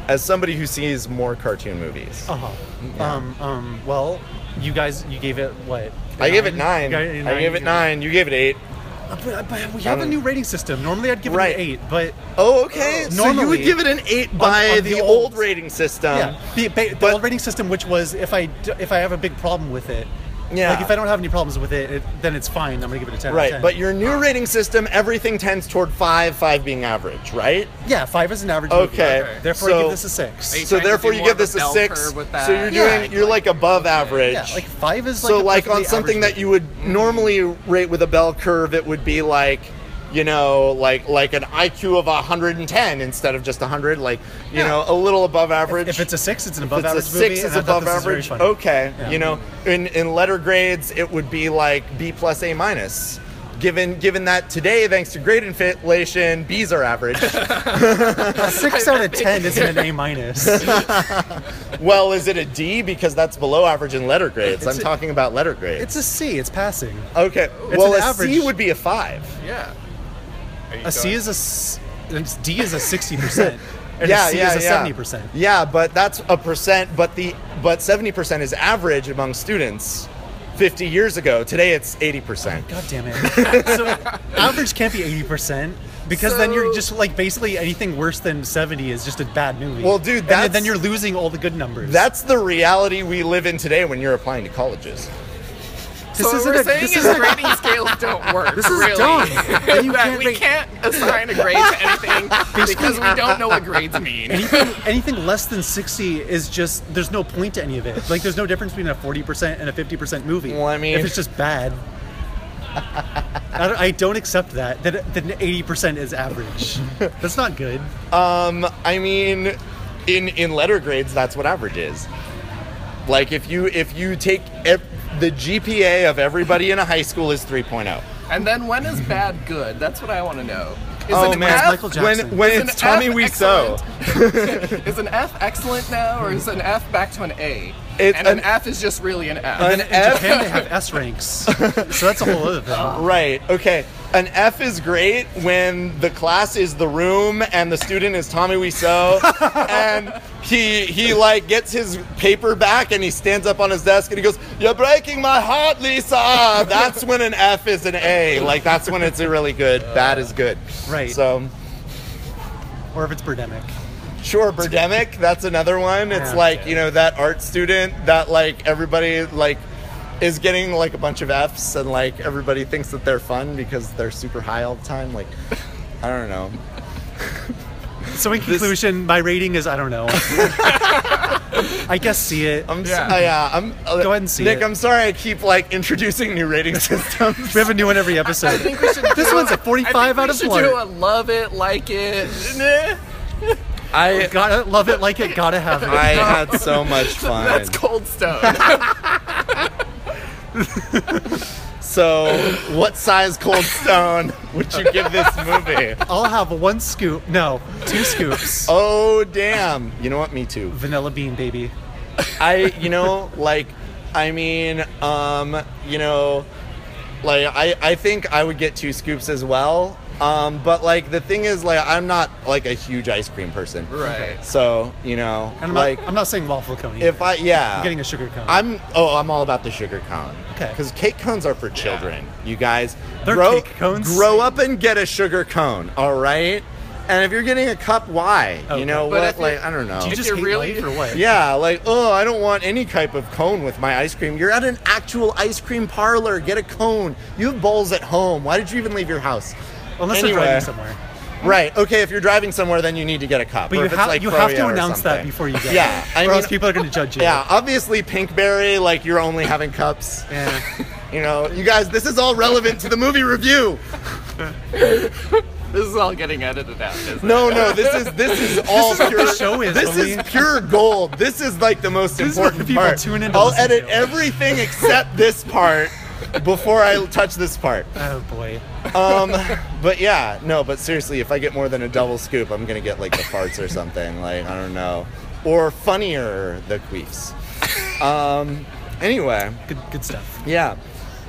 [SPEAKER 1] As somebody who sees more cartoon movies,
[SPEAKER 2] Uh huh. Um, um, well, you guys, you gave it what?
[SPEAKER 1] I gave it nine.
[SPEAKER 2] You guys-
[SPEAKER 1] I gave it nine. You gave it eight.
[SPEAKER 2] Uh, But, but we have a new rating system. Normally, I'd give
[SPEAKER 1] Right.
[SPEAKER 2] it an eight, but
[SPEAKER 1] Oh, okay. so you would
[SPEAKER 2] Normally-
[SPEAKER 1] give it an eight by
[SPEAKER 2] on
[SPEAKER 1] the,
[SPEAKER 2] the
[SPEAKER 1] old
[SPEAKER 2] old-
[SPEAKER 1] rating system.
[SPEAKER 2] yeah, the, ba- the
[SPEAKER 1] Um, but-
[SPEAKER 2] old rating system, which was if I d- if I have a big problem with it,
[SPEAKER 1] Yeah.
[SPEAKER 2] like if I don't have any problems with it, it then it's fine. I'm gonna give it a ten. out of
[SPEAKER 1] Right,
[SPEAKER 2] 10.
[SPEAKER 1] but your new rating system, everything tends toward five, five being average, right?
[SPEAKER 2] yeah, five is an average. movie.
[SPEAKER 1] Okay.
[SPEAKER 3] Okay.
[SPEAKER 2] Therefore, I
[SPEAKER 1] So-
[SPEAKER 2] give this a six.
[SPEAKER 3] Are you
[SPEAKER 1] So
[SPEAKER 3] trying to
[SPEAKER 1] therefore,
[SPEAKER 3] do
[SPEAKER 1] you
[SPEAKER 3] more
[SPEAKER 1] give
[SPEAKER 3] of a
[SPEAKER 1] this a
[SPEAKER 3] bell
[SPEAKER 1] six.
[SPEAKER 3] curve with that?
[SPEAKER 1] So you're doing,
[SPEAKER 2] Yeah,
[SPEAKER 1] you're like above average.
[SPEAKER 2] Yeah, like five is like
[SPEAKER 1] so
[SPEAKER 2] a
[SPEAKER 1] like on
[SPEAKER 2] perfectly
[SPEAKER 1] something
[SPEAKER 2] average
[SPEAKER 1] that you would normally rate with a bell curve, it would be like, you know, like like an IQ of 110 instead of just 100, like you
[SPEAKER 2] Yeah.
[SPEAKER 1] know, a little above average.
[SPEAKER 2] If it's a six, it's an above
[SPEAKER 1] If it's a
[SPEAKER 2] average
[SPEAKER 1] six
[SPEAKER 2] movie.
[SPEAKER 1] is
[SPEAKER 2] and I thought
[SPEAKER 1] above
[SPEAKER 2] this was very
[SPEAKER 1] average.
[SPEAKER 2] funny.
[SPEAKER 1] Okay,
[SPEAKER 2] Yeah.
[SPEAKER 1] you know, in in letter grades, it would be like B plus A minus. Given given that today, thanks to grade inflation, B's are
[SPEAKER 2] <laughs>
[SPEAKER 1] average.
[SPEAKER 2] A six out of ten isn't an
[SPEAKER 1] <laughs>
[SPEAKER 2] A minus.
[SPEAKER 1] well, is it a D because that's below average in letter grades?
[SPEAKER 2] It's
[SPEAKER 1] I'm
[SPEAKER 2] a-
[SPEAKER 1] talking about letter grades.
[SPEAKER 2] It's a C. It's passing.
[SPEAKER 1] okay, well,
[SPEAKER 2] an
[SPEAKER 1] a C
[SPEAKER 2] average.
[SPEAKER 1] would be a five.
[SPEAKER 3] Yeah. Are you
[SPEAKER 2] A C
[SPEAKER 3] going-
[SPEAKER 2] is a s- and D is a sixty percent,
[SPEAKER 3] <laughs>
[SPEAKER 2] and a C is a seventy percent.
[SPEAKER 1] Yeah, but that's a percent. But the but seventy percent is average among students. Fifty years ago, today it's eighty percent.
[SPEAKER 2] Oh God damn it! <laughs> so average can't be eighty percent because then you're
[SPEAKER 3] So-
[SPEAKER 2] just like basically anything worse than seventy is just a bad movie.
[SPEAKER 1] Well, dude,
[SPEAKER 2] And
[SPEAKER 1] that's-
[SPEAKER 2] then you're losing all the good numbers.
[SPEAKER 1] That's the reality we live in today when you're applying to colleges.
[SPEAKER 2] Did This
[SPEAKER 3] so
[SPEAKER 2] isn't
[SPEAKER 3] what we're
[SPEAKER 2] a-
[SPEAKER 3] saying
[SPEAKER 2] this
[SPEAKER 3] is
[SPEAKER 2] isn't a-
[SPEAKER 3] grading scales
[SPEAKER 2] <laughs>
[SPEAKER 3] don't work.
[SPEAKER 2] This is
[SPEAKER 3] really.
[SPEAKER 2] dumb.
[SPEAKER 3] <laughs>
[SPEAKER 2] And you
[SPEAKER 3] That
[SPEAKER 2] can't
[SPEAKER 3] we
[SPEAKER 2] make-
[SPEAKER 3] can't assign a grade to
[SPEAKER 2] <laughs>
[SPEAKER 3] anything because we don't know what grades mean.
[SPEAKER 2] anything, anything less than 60 is just there's no point to any of it like there's no difference between a 40% and a 50% movie
[SPEAKER 1] Well, I mean-
[SPEAKER 2] if it's just bad I, don't, I don't accept that that that an 80% is average that's not good
[SPEAKER 1] Um, I mean, in in letter grades, that's what average is. Like if you if you take ev- the GPA of everybody in a high school is oh. 3.0.
[SPEAKER 3] And then when is bad good? That's what I want to know. Is
[SPEAKER 1] oh
[SPEAKER 3] an
[SPEAKER 1] man,
[SPEAKER 3] F,
[SPEAKER 2] Michael Jackson.
[SPEAKER 1] when when
[SPEAKER 3] is an
[SPEAKER 1] it's Tommy
[SPEAKER 3] F
[SPEAKER 1] We
[SPEAKER 3] excellent?
[SPEAKER 1] Sew.
[SPEAKER 3] is an F excellent now, or is an F back to an A?
[SPEAKER 1] It's
[SPEAKER 3] and an,
[SPEAKER 1] an-
[SPEAKER 3] F is just really an F.
[SPEAKER 1] An
[SPEAKER 2] in
[SPEAKER 1] F-
[SPEAKER 2] japan they have s ranks so that's a whole other thing
[SPEAKER 1] Right. Okay. An F is great when the class is the room and the student is Tommy Wiseau, and he he like gets his paper back and he stands up on his desk and he goes, "You're breaking my heart, Lisa." That's when an F is an A. Like that's when it's a really good. Bad is good.
[SPEAKER 2] Right.
[SPEAKER 1] So
[SPEAKER 2] or if it's birdemic
[SPEAKER 1] sure, Birdemic. That's another one. It's
[SPEAKER 2] Yeah.
[SPEAKER 1] like you know that art student that like everybody like. Is getting like a bunch of F's and like everybody thinks that they're fun because they're super high all the time. Like, I don't know.
[SPEAKER 2] so in conclusion my rating is i don't know i guess see it
[SPEAKER 1] I'm
[SPEAKER 3] Yeah.
[SPEAKER 1] so, yeah. I'm uh,
[SPEAKER 2] Go ahead and see
[SPEAKER 1] Nick,
[SPEAKER 2] it.
[SPEAKER 1] I'm sorry I keep like introducing new rating systems.
[SPEAKER 2] we have a new one every episode
[SPEAKER 3] I think we should.
[SPEAKER 2] this
[SPEAKER 3] do
[SPEAKER 2] one's
[SPEAKER 3] a-
[SPEAKER 2] a 45
[SPEAKER 3] I
[SPEAKER 2] out of
[SPEAKER 3] think we
[SPEAKER 2] 100
[SPEAKER 3] should do a love it,
[SPEAKER 1] <laughs>
[SPEAKER 3] like it. Nah,
[SPEAKER 1] <laughs> I
[SPEAKER 2] gotta love it like it gotta have it
[SPEAKER 1] I had so <laughs> much fun.
[SPEAKER 3] that's cold
[SPEAKER 1] <laughs>
[SPEAKER 3] stone.
[SPEAKER 1] So, what size cold stone would you give this movie?
[SPEAKER 2] I'll have one scoop. No, two scoops.
[SPEAKER 1] Oh damn! You know what? Me too.
[SPEAKER 2] Vanilla bean, baby.
[SPEAKER 1] I you know like I mean um you know like I I think I would get two scoops as well. Um, but like the thing is like I'm not like a huge ice cream person.
[SPEAKER 3] right.
[SPEAKER 1] So, you know,
[SPEAKER 2] And I'm
[SPEAKER 1] like
[SPEAKER 2] not, I'm not saying waffle cone. either.
[SPEAKER 1] if I yeah.
[SPEAKER 2] I'm getting a sugar cone.
[SPEAKER 1] I'm oh, I'm all about the sugar cone.
[SPEAKER 2] Okay.
[SPEAKER 1] Because cake cones are for children, you guys.
[SPEAKER 2] They're
[SPEAKER 1] grow,
[SPEAKER 2] cake cones?
[SPEAKER 1] Grow up and get a sugar cone, all right? And if you're getting a cup, why?
[SPEAKER 2] Oh, Okay.
[SPEAKER 1] You know
[SPEAKER 3] But
[SPEAKER 1] what?
[SPEAKER 3] if
[SPEAKER 1] Like
[SPEAKER 3] you're-
[SPEAKER 1] I don't know.
[SPEAKER 2] Do you
[SPEAKER 3] if
[SPEAKER 2] just
[SPEAKER 3] you're
[SPEAKER 2] hate
[SPEAKER 3] really-
[SPEAKER 2] life or what?
[SPEAKER 1] yeah, like oh, I don't want any type of cone with my ice cream. You're at an actual ice cream parlor. Get a cone. You have bowls at home. Why did you even leave your house?
[SPEAKER 2] Unless
[SPEAKER 1] anyway,
[SPEAKER 2] you're driving somewhere.
[SPEAKER 1] Right. Okay. If you're driving somewhere, then you need to get a cup.
[SPEAKER 2] But
[SPEAKER 1] Or
[SPEAKER 2] you,
[SPEAKER 1] if it's
[SPEAKER 2] ha-
[SPEAKER 1] like
[SPEAKER 2] you have
[SPEAKER 1] Froyo
[SPEAKER 2] to
[SPEAKER 1] or
[SPEAKER 2] announce that
[SPEAKER 1] something.
[SPEAKER 2] before you get
[SPEAKER 1] Yeah.
[SPEAKER 2] it.
[SPEAKER 1] I
[SPEAKER 2] or
[SPEAKER 1] mean,
[SPEAKER 2] else people are going to judge you.
[SPEAKER 1] yeah. Obviously, Pinkberry. Like you're only having cups.
[SPEAKER 2] Yeah.
[SPEAKER 1] You know, you guys, this is all relevant to the movie review.
[SPEAKER 3] This is all getting edited out. Isn't
[SPEAKER 1] No, no, this is this is all
[SPEAKER 2] what
[SPEAKER 1] pure.
[SPEAKER 2] the show is,
[SPEAKER 1] this
[SPEAKER 2] Emily.
[SPEAKER 1] is pure gold. This is like the most
[SPEAKER 2] This is what
[SPEAKER 1] important
[SPEAKER 2] people
[SPEAKER 1] part.
[SPEAKER 2] tune in to
[SPEAKER 1] I'll
[SPEAKER 2] listen
[SPEAKER 1] edit
[SPEAKER 2] to.
[SPEAKER 1] everything except this part before I touch this part.
[SPEAKER 2] Oh boy.
[SPEAKER 1] Um, but yeah, no, but seriously, if I get more than a double scoop, I'm gonna get like the farts or something. Like I don't know, or funnier the queefs. Um, anyway,
[SPEAKER 2] Good, good stuff.
[SPEAKER 1] yeah.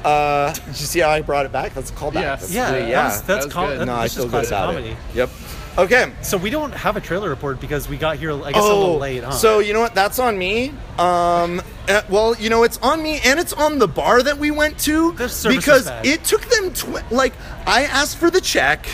[SPEAKER 1] Uh, did you see how I brought it back? That's a callback.
[SPEAKER 3] Yes.
[SPEAKER 1] That's
[SPEAKER 2] Yeah.
[SPEAKER 1] really-
[SPEAKER 2] That was,
[SPEAKER 1] yeah.
[SPEAKER 2] that's
[SPEAKER 3] that was
[SPEAKER 2] com-
[SPEAKER 3] good.
[SPEAKER 2] that-
[SPEAKER 1] No, I
[SPEAKER 2] that's
[SPEAKER 1] feel
[SPEAKER 2] just
[SPEAKER 1] good
[SPEAKER 2] classic
[SPEAKER 1] about
[SPEAKER 2] comedy.
[SPEAKER 1] it. Yep. Okay.
[SPEAKER 2] So we don't have a trailer report because we got here, I guess, a little late, huh?
[SPEAKER 1] Oh, so you know what? That's on me. Um, uh, well, you know, it's on me, and it's on the bar that we went to
[SPEAKER 2] The service is
[SPEAKER 1] because
[SPEAKER 2] bad.
[SPEAKER 1] it took them tw- like I asked for the check.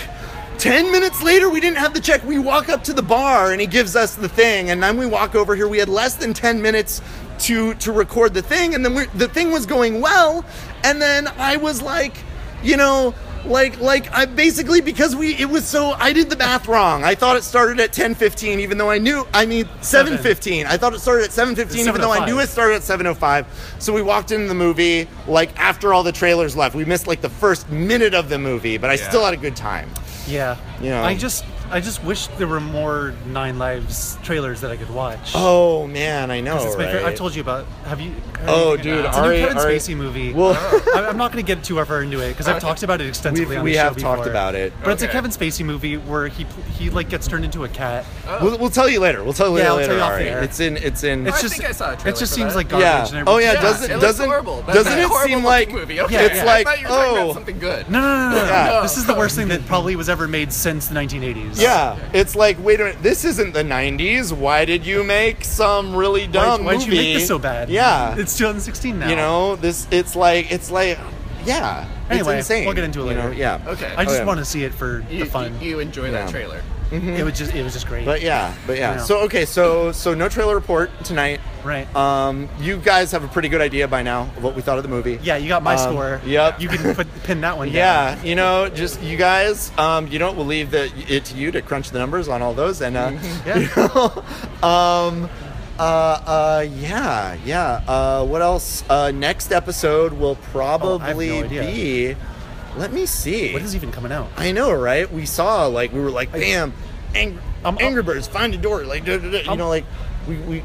[SPEAKER 1] Ten minutes later, we didn't have the check. We walk up to the bar, and he gives us the thing, and then we walk over here. We had less than ten minutes to to record the thing, and then we the thing was going well, and then I was like, you know. Like, like I basically because we it was so I did the math wrong. I thought it started at ten fifteen, even though I knew I mean seven fifteen. I thought it started at seven fifteen, even though I knew
[SPEAKER 2] 7:05.
[SPEAKER 1] it started at 7:05. So we walked into the movie like after all the trailers left. We missed like the first minute of the movie, but I still had a good time.
[SPEAKER 2] yeah.
[SPEAKER 1] You know.
[SPEAKER 2] I just, I just wish there were more Nine Lives trailers that I could watch.
[SPEAKER 1] Oh man, I know,
[SPEAKER 2] It's my
[SPEAKER 1] right?
[SPEAKER 2] favorite. I've told you about. Have you?
[SPEAKER 1] Oh, dude,
[SPEAKER 2] it's a new
[SPEAKER 1] Ari-
[SPEAKER 2] Kevin
[SPEAKER 1] Ari-
[SPEAKER 2] Spacey movie.
[SPEAKER 1] Well-
[SPEAKER 2] I- <laughs> I'm not going to get too far into it because
[SPEAKER 1] <laughs>
[SPEAKER 2] I've talked about it extensively.
[SPEAKER 1] We've-
[SPEAKER 2] on
[SPEAKER 1] we
[SPEAKER 2] the
[SPEAKER 1] have
[SPEAKER 2] show
[SPEAKER 1] talked
[SPEAKER 2] before.
[SPEAKER 1] about it.
[SPEAKER 2] but it's a
[SPEAKER 3] Okay.
[SPEAKER 2] Kevin Spacey movie where he pl- he like gets turned into a cat.
[SPEAKER 3] Uh,
[SPEAKER 1] We'll, we'll tell you later. We'll tell you
[SPEAKER 2] Yeah, I'll
[SPEAKER 1] later.
[SPEAKER 2] tell you off
[SPEAKER 1] Ari.
[SPEAKER 2] the air.
[SPEAKER 1] It's in. It's in.
[SPEAKER 2] It's
[SPEAKER 3] I
[SPEAKER 2] just
[SPEAKER 3] think I saw a
[SPEAKER 2] it
[SPEAKER 3] trailer
[SPEAKER 2] just
[SPEAKER 3] for
[SPEAKER 2] seems
[SPEAKER 3] that.
[SPEAKER 2] like garbage.
[SPEAKER 1] yeah.
[SPEAKER 2] And
[SPEAKER 1] Oh yeah.
[SPEAKER 2] everything.
[SPEAKER 3] Yeah,
[SPEAKER 1] doesn't
[SPEAKER 3] it looks
[SPEAKER 1] doesn't
[SPEAKER 3] horrible. That's
[SPEAKER 1] doesn't
[SPEAKER 3] a
[SPEAKER 1] it
[SPEAKER 3] horrible
[SPEAKER 1] seem like
[SPEAKER 3] looking movie. Okay,
[SPEAKER 2] Yeah.
[SPEAKER 1] it's
[SPEAKER 2] I
[SPEAKER 1] like
[SPEAKER 3] I thought you were talking
[SPEAKER 1] oh
[SPEAKER 3] about something good.
[SPEAKER 2] No, no, no, no, no.
[SPEAKER 1] Yeah.
[SPEAKER 2] no. This is the worst thing that probably was ever made since the 1980s.
[SPEAKER 1] yeah. It's like wait a minute. This isn't the '90s. Why did you make some really
[SPEAKER 2] Why,
[SPEAKER 1] dumb
[SPEAKER 2] why'd you
[SPEAKER 1] movie?
[SPEAKER 2] make this so bad?
[SPEAKER 1] Yeah.
[SPEAKER 2] It's 2016 now.
[SPEAKER 1] you know this. It's like it's like yeah.
[SPEAKER 2] Anyway,
[SPEAKER 1] it's insane.
[SPEAKER 2] we'll get into it
[SPEAKER 1] You know,
[SPEAKER 2] later.
[SPEAKER 1] Oh, yeah.
[SPEAKER 3] Okay.
[SPEAKER 2] I just
[SPEAKER 1] Okay.
[SPEAKER 2] want to see it for
[SPEAKER 3] you,
[SPEAKER 2] the fun.
[SPEAKER 3] You, mm-hmm. you enjoy
[SPEAKER 1] Yeah.
[SPEAKER 3] that trailer.
[SPEAKER 2] It was just it was just great.
[SPEAKER 1] But yeah, but yeah.
[SPEAKER 2] Yeah.
[SPEAKER 1] So okay, so so no trailer report tonight.
[SPEAKER 2] Right.
[SPEAKER 1] Um, you guys have a pretty good idea by now of what we thought of the movie.
[SPEAKER 2] yeah, you got my
[SPEAKER 1] Um,
[SPEAKER 2] score.
[SPEAKER 1] Yep.
[SPEAKER 2] You can put,
[SPEAKER 1] <laughs>
[SPEAKER 2] pin that one. down.
[SPEAKER 1] Yeah, you know, just you guys, um, you don't believe that it to you to crunch the numbers on all those, and uh,
[SPEAKER 2] <laughs> Yeah.
[SPEAKER 1] you know, <laughs> um, uh, uh, yeah, yeah. Uh, what else? Uh, next episode
[SPEAKER 2] Oh,
[SPEAKER 1] will probably
[SPEAKER 2] idea.
[SPEAKER 1] be. Let me see.
[SPEAKER 2] What is even coming out?
[SPEAKER 1] I know, right? We saw like we were like, bam, ang-
[SPEAKER 2] I'm-
[SPEAKER 1] Angry Birds, find a door, like duh, duh, duh, you
[SPEAKER 2] I'm-
[SPEAKER 1] know, like we we.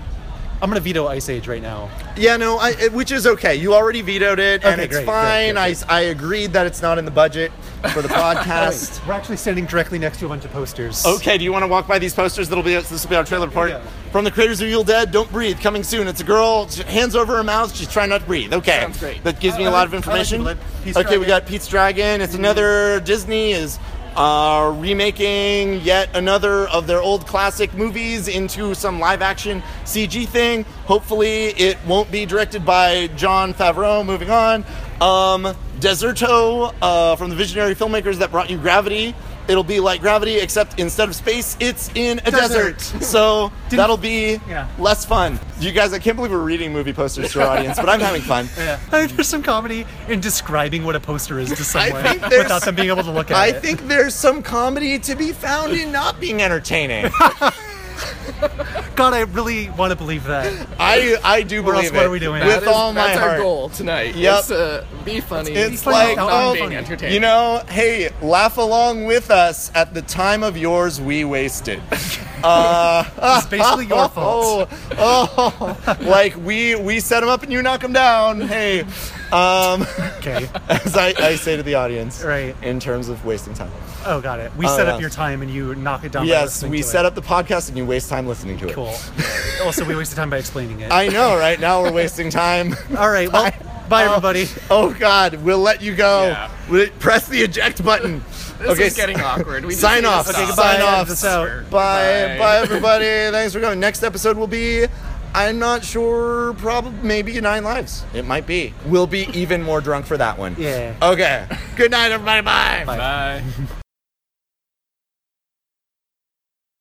[SPEAKER 2] I'm gonna veto Ice Age right now.
[SPEAKER 1] Yeah, no, I, it- which is okay. You already vetoed it, and
[SPEAKER 2] Okay,
[SPEAKER 1] it's
[SPEAKER 2] great,
[SPEAKER 1] fine.
[SPEAKER 2] great, great,
[SPEAKER 1] I, I agreed that it's not in the budget for <laughs> the podcast.
[SPEAKER 2] We're actually standing directly next to a bunch of posters.
[SPEAKER 1] Okay, do you want to walk by these posters? That'll be this will be our trailer report
[SPEAKER 2] Yeah.
[SPEAKER 1] from the creators of Evil Dead. Don't breathe. Coming soon. It's a girl. She, hands over her mouth. She's trying not to breathe. Okay,
[SPEAKER 3] Sounds great.
[SPEAKER 1] That gives me
[SPEAKER 2] I-
[SPEAKER 1] a
[SPEAKER 2] I
[SPEAKER 1] lot of
[SPEAKER 2] like- I like
[SPEAKER 1] information.
[SPEAKER 2] Evil Dead. Pete's
[SPEAKER 1] okay, we
[SPEAKER 2] Dragon.
[SPEAKER 1] got Pete's Dragon. It's another Disney is uh, remaking yet another of their old classic movies into some live action CG thing. Hopefully, it won't be directed by John Favreau. Moving on. Um, Deserto uh, from the visionary filmmakers that brought you Gravity. It'll be like Gravity, except instead of space, it's in a desert.
[SPEAKER 2] Desert. <laughs>
[SPEAKER 1] So that'll be
[SPEAKER 2] Yeah.
[SPEAKER 1] less fun. You guys, I can't believe we're reading movie posters to our audience, but I'm having
[SPEAKER 2] <laughs>
[SPEAKER 1] fun.
[SPEAKER 2] Yeah. I think <laughs> there's some comedy in describing what a poster is
[SPEAKER 1] <laughs>
[SPEAKER 2] to someone
[SPEAKER 1] think there's-
[SPEAKER 2] without them being able to look
[SPEAKER 1] <laughs>
[SPEAKER 2] at
[SPEAKER 1] I
[SPEAKER 2] it.
[SPEAKER 1] think there's some comedy to be found in not being
[SPEAKER 2] <laughs>
[SPEAKER 1] entertaining.
[SPEAKER 2] God, I really want to believe that.
[SPEAKER 1] I I do
[SPEAKER 2] Or else
[SPEAKER 1] believe
[SPEAKER 2] what
[SPEAKER 1] it
[SPEAKER 2] are we doing?
[SPEAKER 1] with
[SPEAKER 2] That
[SPEAKER 3] That is-
[SPEAKER 1] all my
[SPEAKER 3] that's
[SPEAKER 1] heart.
[SPEAKER 3] our goal tonight.
[SPEAKER 1] Yep.
[SPEAKER 3] It's, uh, be funny.
[SPEAKER 1] It's
[SPEAKER 2] Be
[SPEAKER 1] like,
[SPEAKER 3] without
[SPEAKER 1] oh,
[SPEAKER 3] being entertaining.
[SPEAKER 1] you know, hey, laugh along with us at the time of yours we wasted. Uh,
[SPEAKER 2] It's basically <laughs>
[SPEAKER 1] <laughs>
[SPEAKER 2] your fault.
[SPEAKER 1] Oh, oh, like we we set them up and you knock them down. Hey, <laughs> um,
[SPEAKER 2] Okay.
[SPEAKER 1] as I, I say to the audience,
[SPEAKER 2] Right.
[SPEAKER 1] In terms of wasting time.
[SPEAKER 2] Oh, got it. We
[SPEAKER 1] Oh,
[SPEAKER 2] set
[SPEAKER 1] yeah.
[SPEAKER 2] up your time and you knock it down. by
[SPEAKER 1] yes,
[SPEAKER 2] listening
[SPEAKER 1] we
[SPEAKER 2] to
[SPEAKER 1] set
[SPEAKER 2] it.
[SPEAKER 1] up the podcast and you waste time listening to it.
[SPEAKER 2] Cool. also, we wasted time by explaining
[SPEAKER 1] <laughs>
[SPEAKER 2] it.
[SPEAKER 1] I know, right? Now we're wasting time.
[SPEAKER 2] <laughs> All right. Well, bye everybody.
[SPEAKER 1] Oh God, we'll let you go.
[SPEAKER 3] Yeah.
[SPEAKER 1] We- Press the eject button.
[SPEAKER 3] This
[SPEAKER 1] okay,
[SPEAKER 3] is getting
[SPEAKER 1] <laughs>
[SPEAKER 3] awkward. We just
[SPEAKER 1] sign
[SPEAKER 3] need to
[SPEAKER 1] off.
[SPEAKER 3] stop.
[SPEAKER 1] Okay,
[SPEAKER 2] goodbye.
[SPEAKER 1] Sign
[SPEAKER 2] End
[SPEAKER 1] off.
[SPEAKER 2] this out.
[SPEAKER 1] Bye,
[SPEAKER 3] Bye.
[SPEAKER 1] bye, everybody. <laughs> Thanks for coming. Next episode will be, I'm not sure, probably maybe nine lives. It might be. We'll be even more drunk for that one.
[SPEAKER 2] Yeah.
[SPEAKER 1] Okay. Good night, everybody. Bye.
[SPEAKER 3] Bye.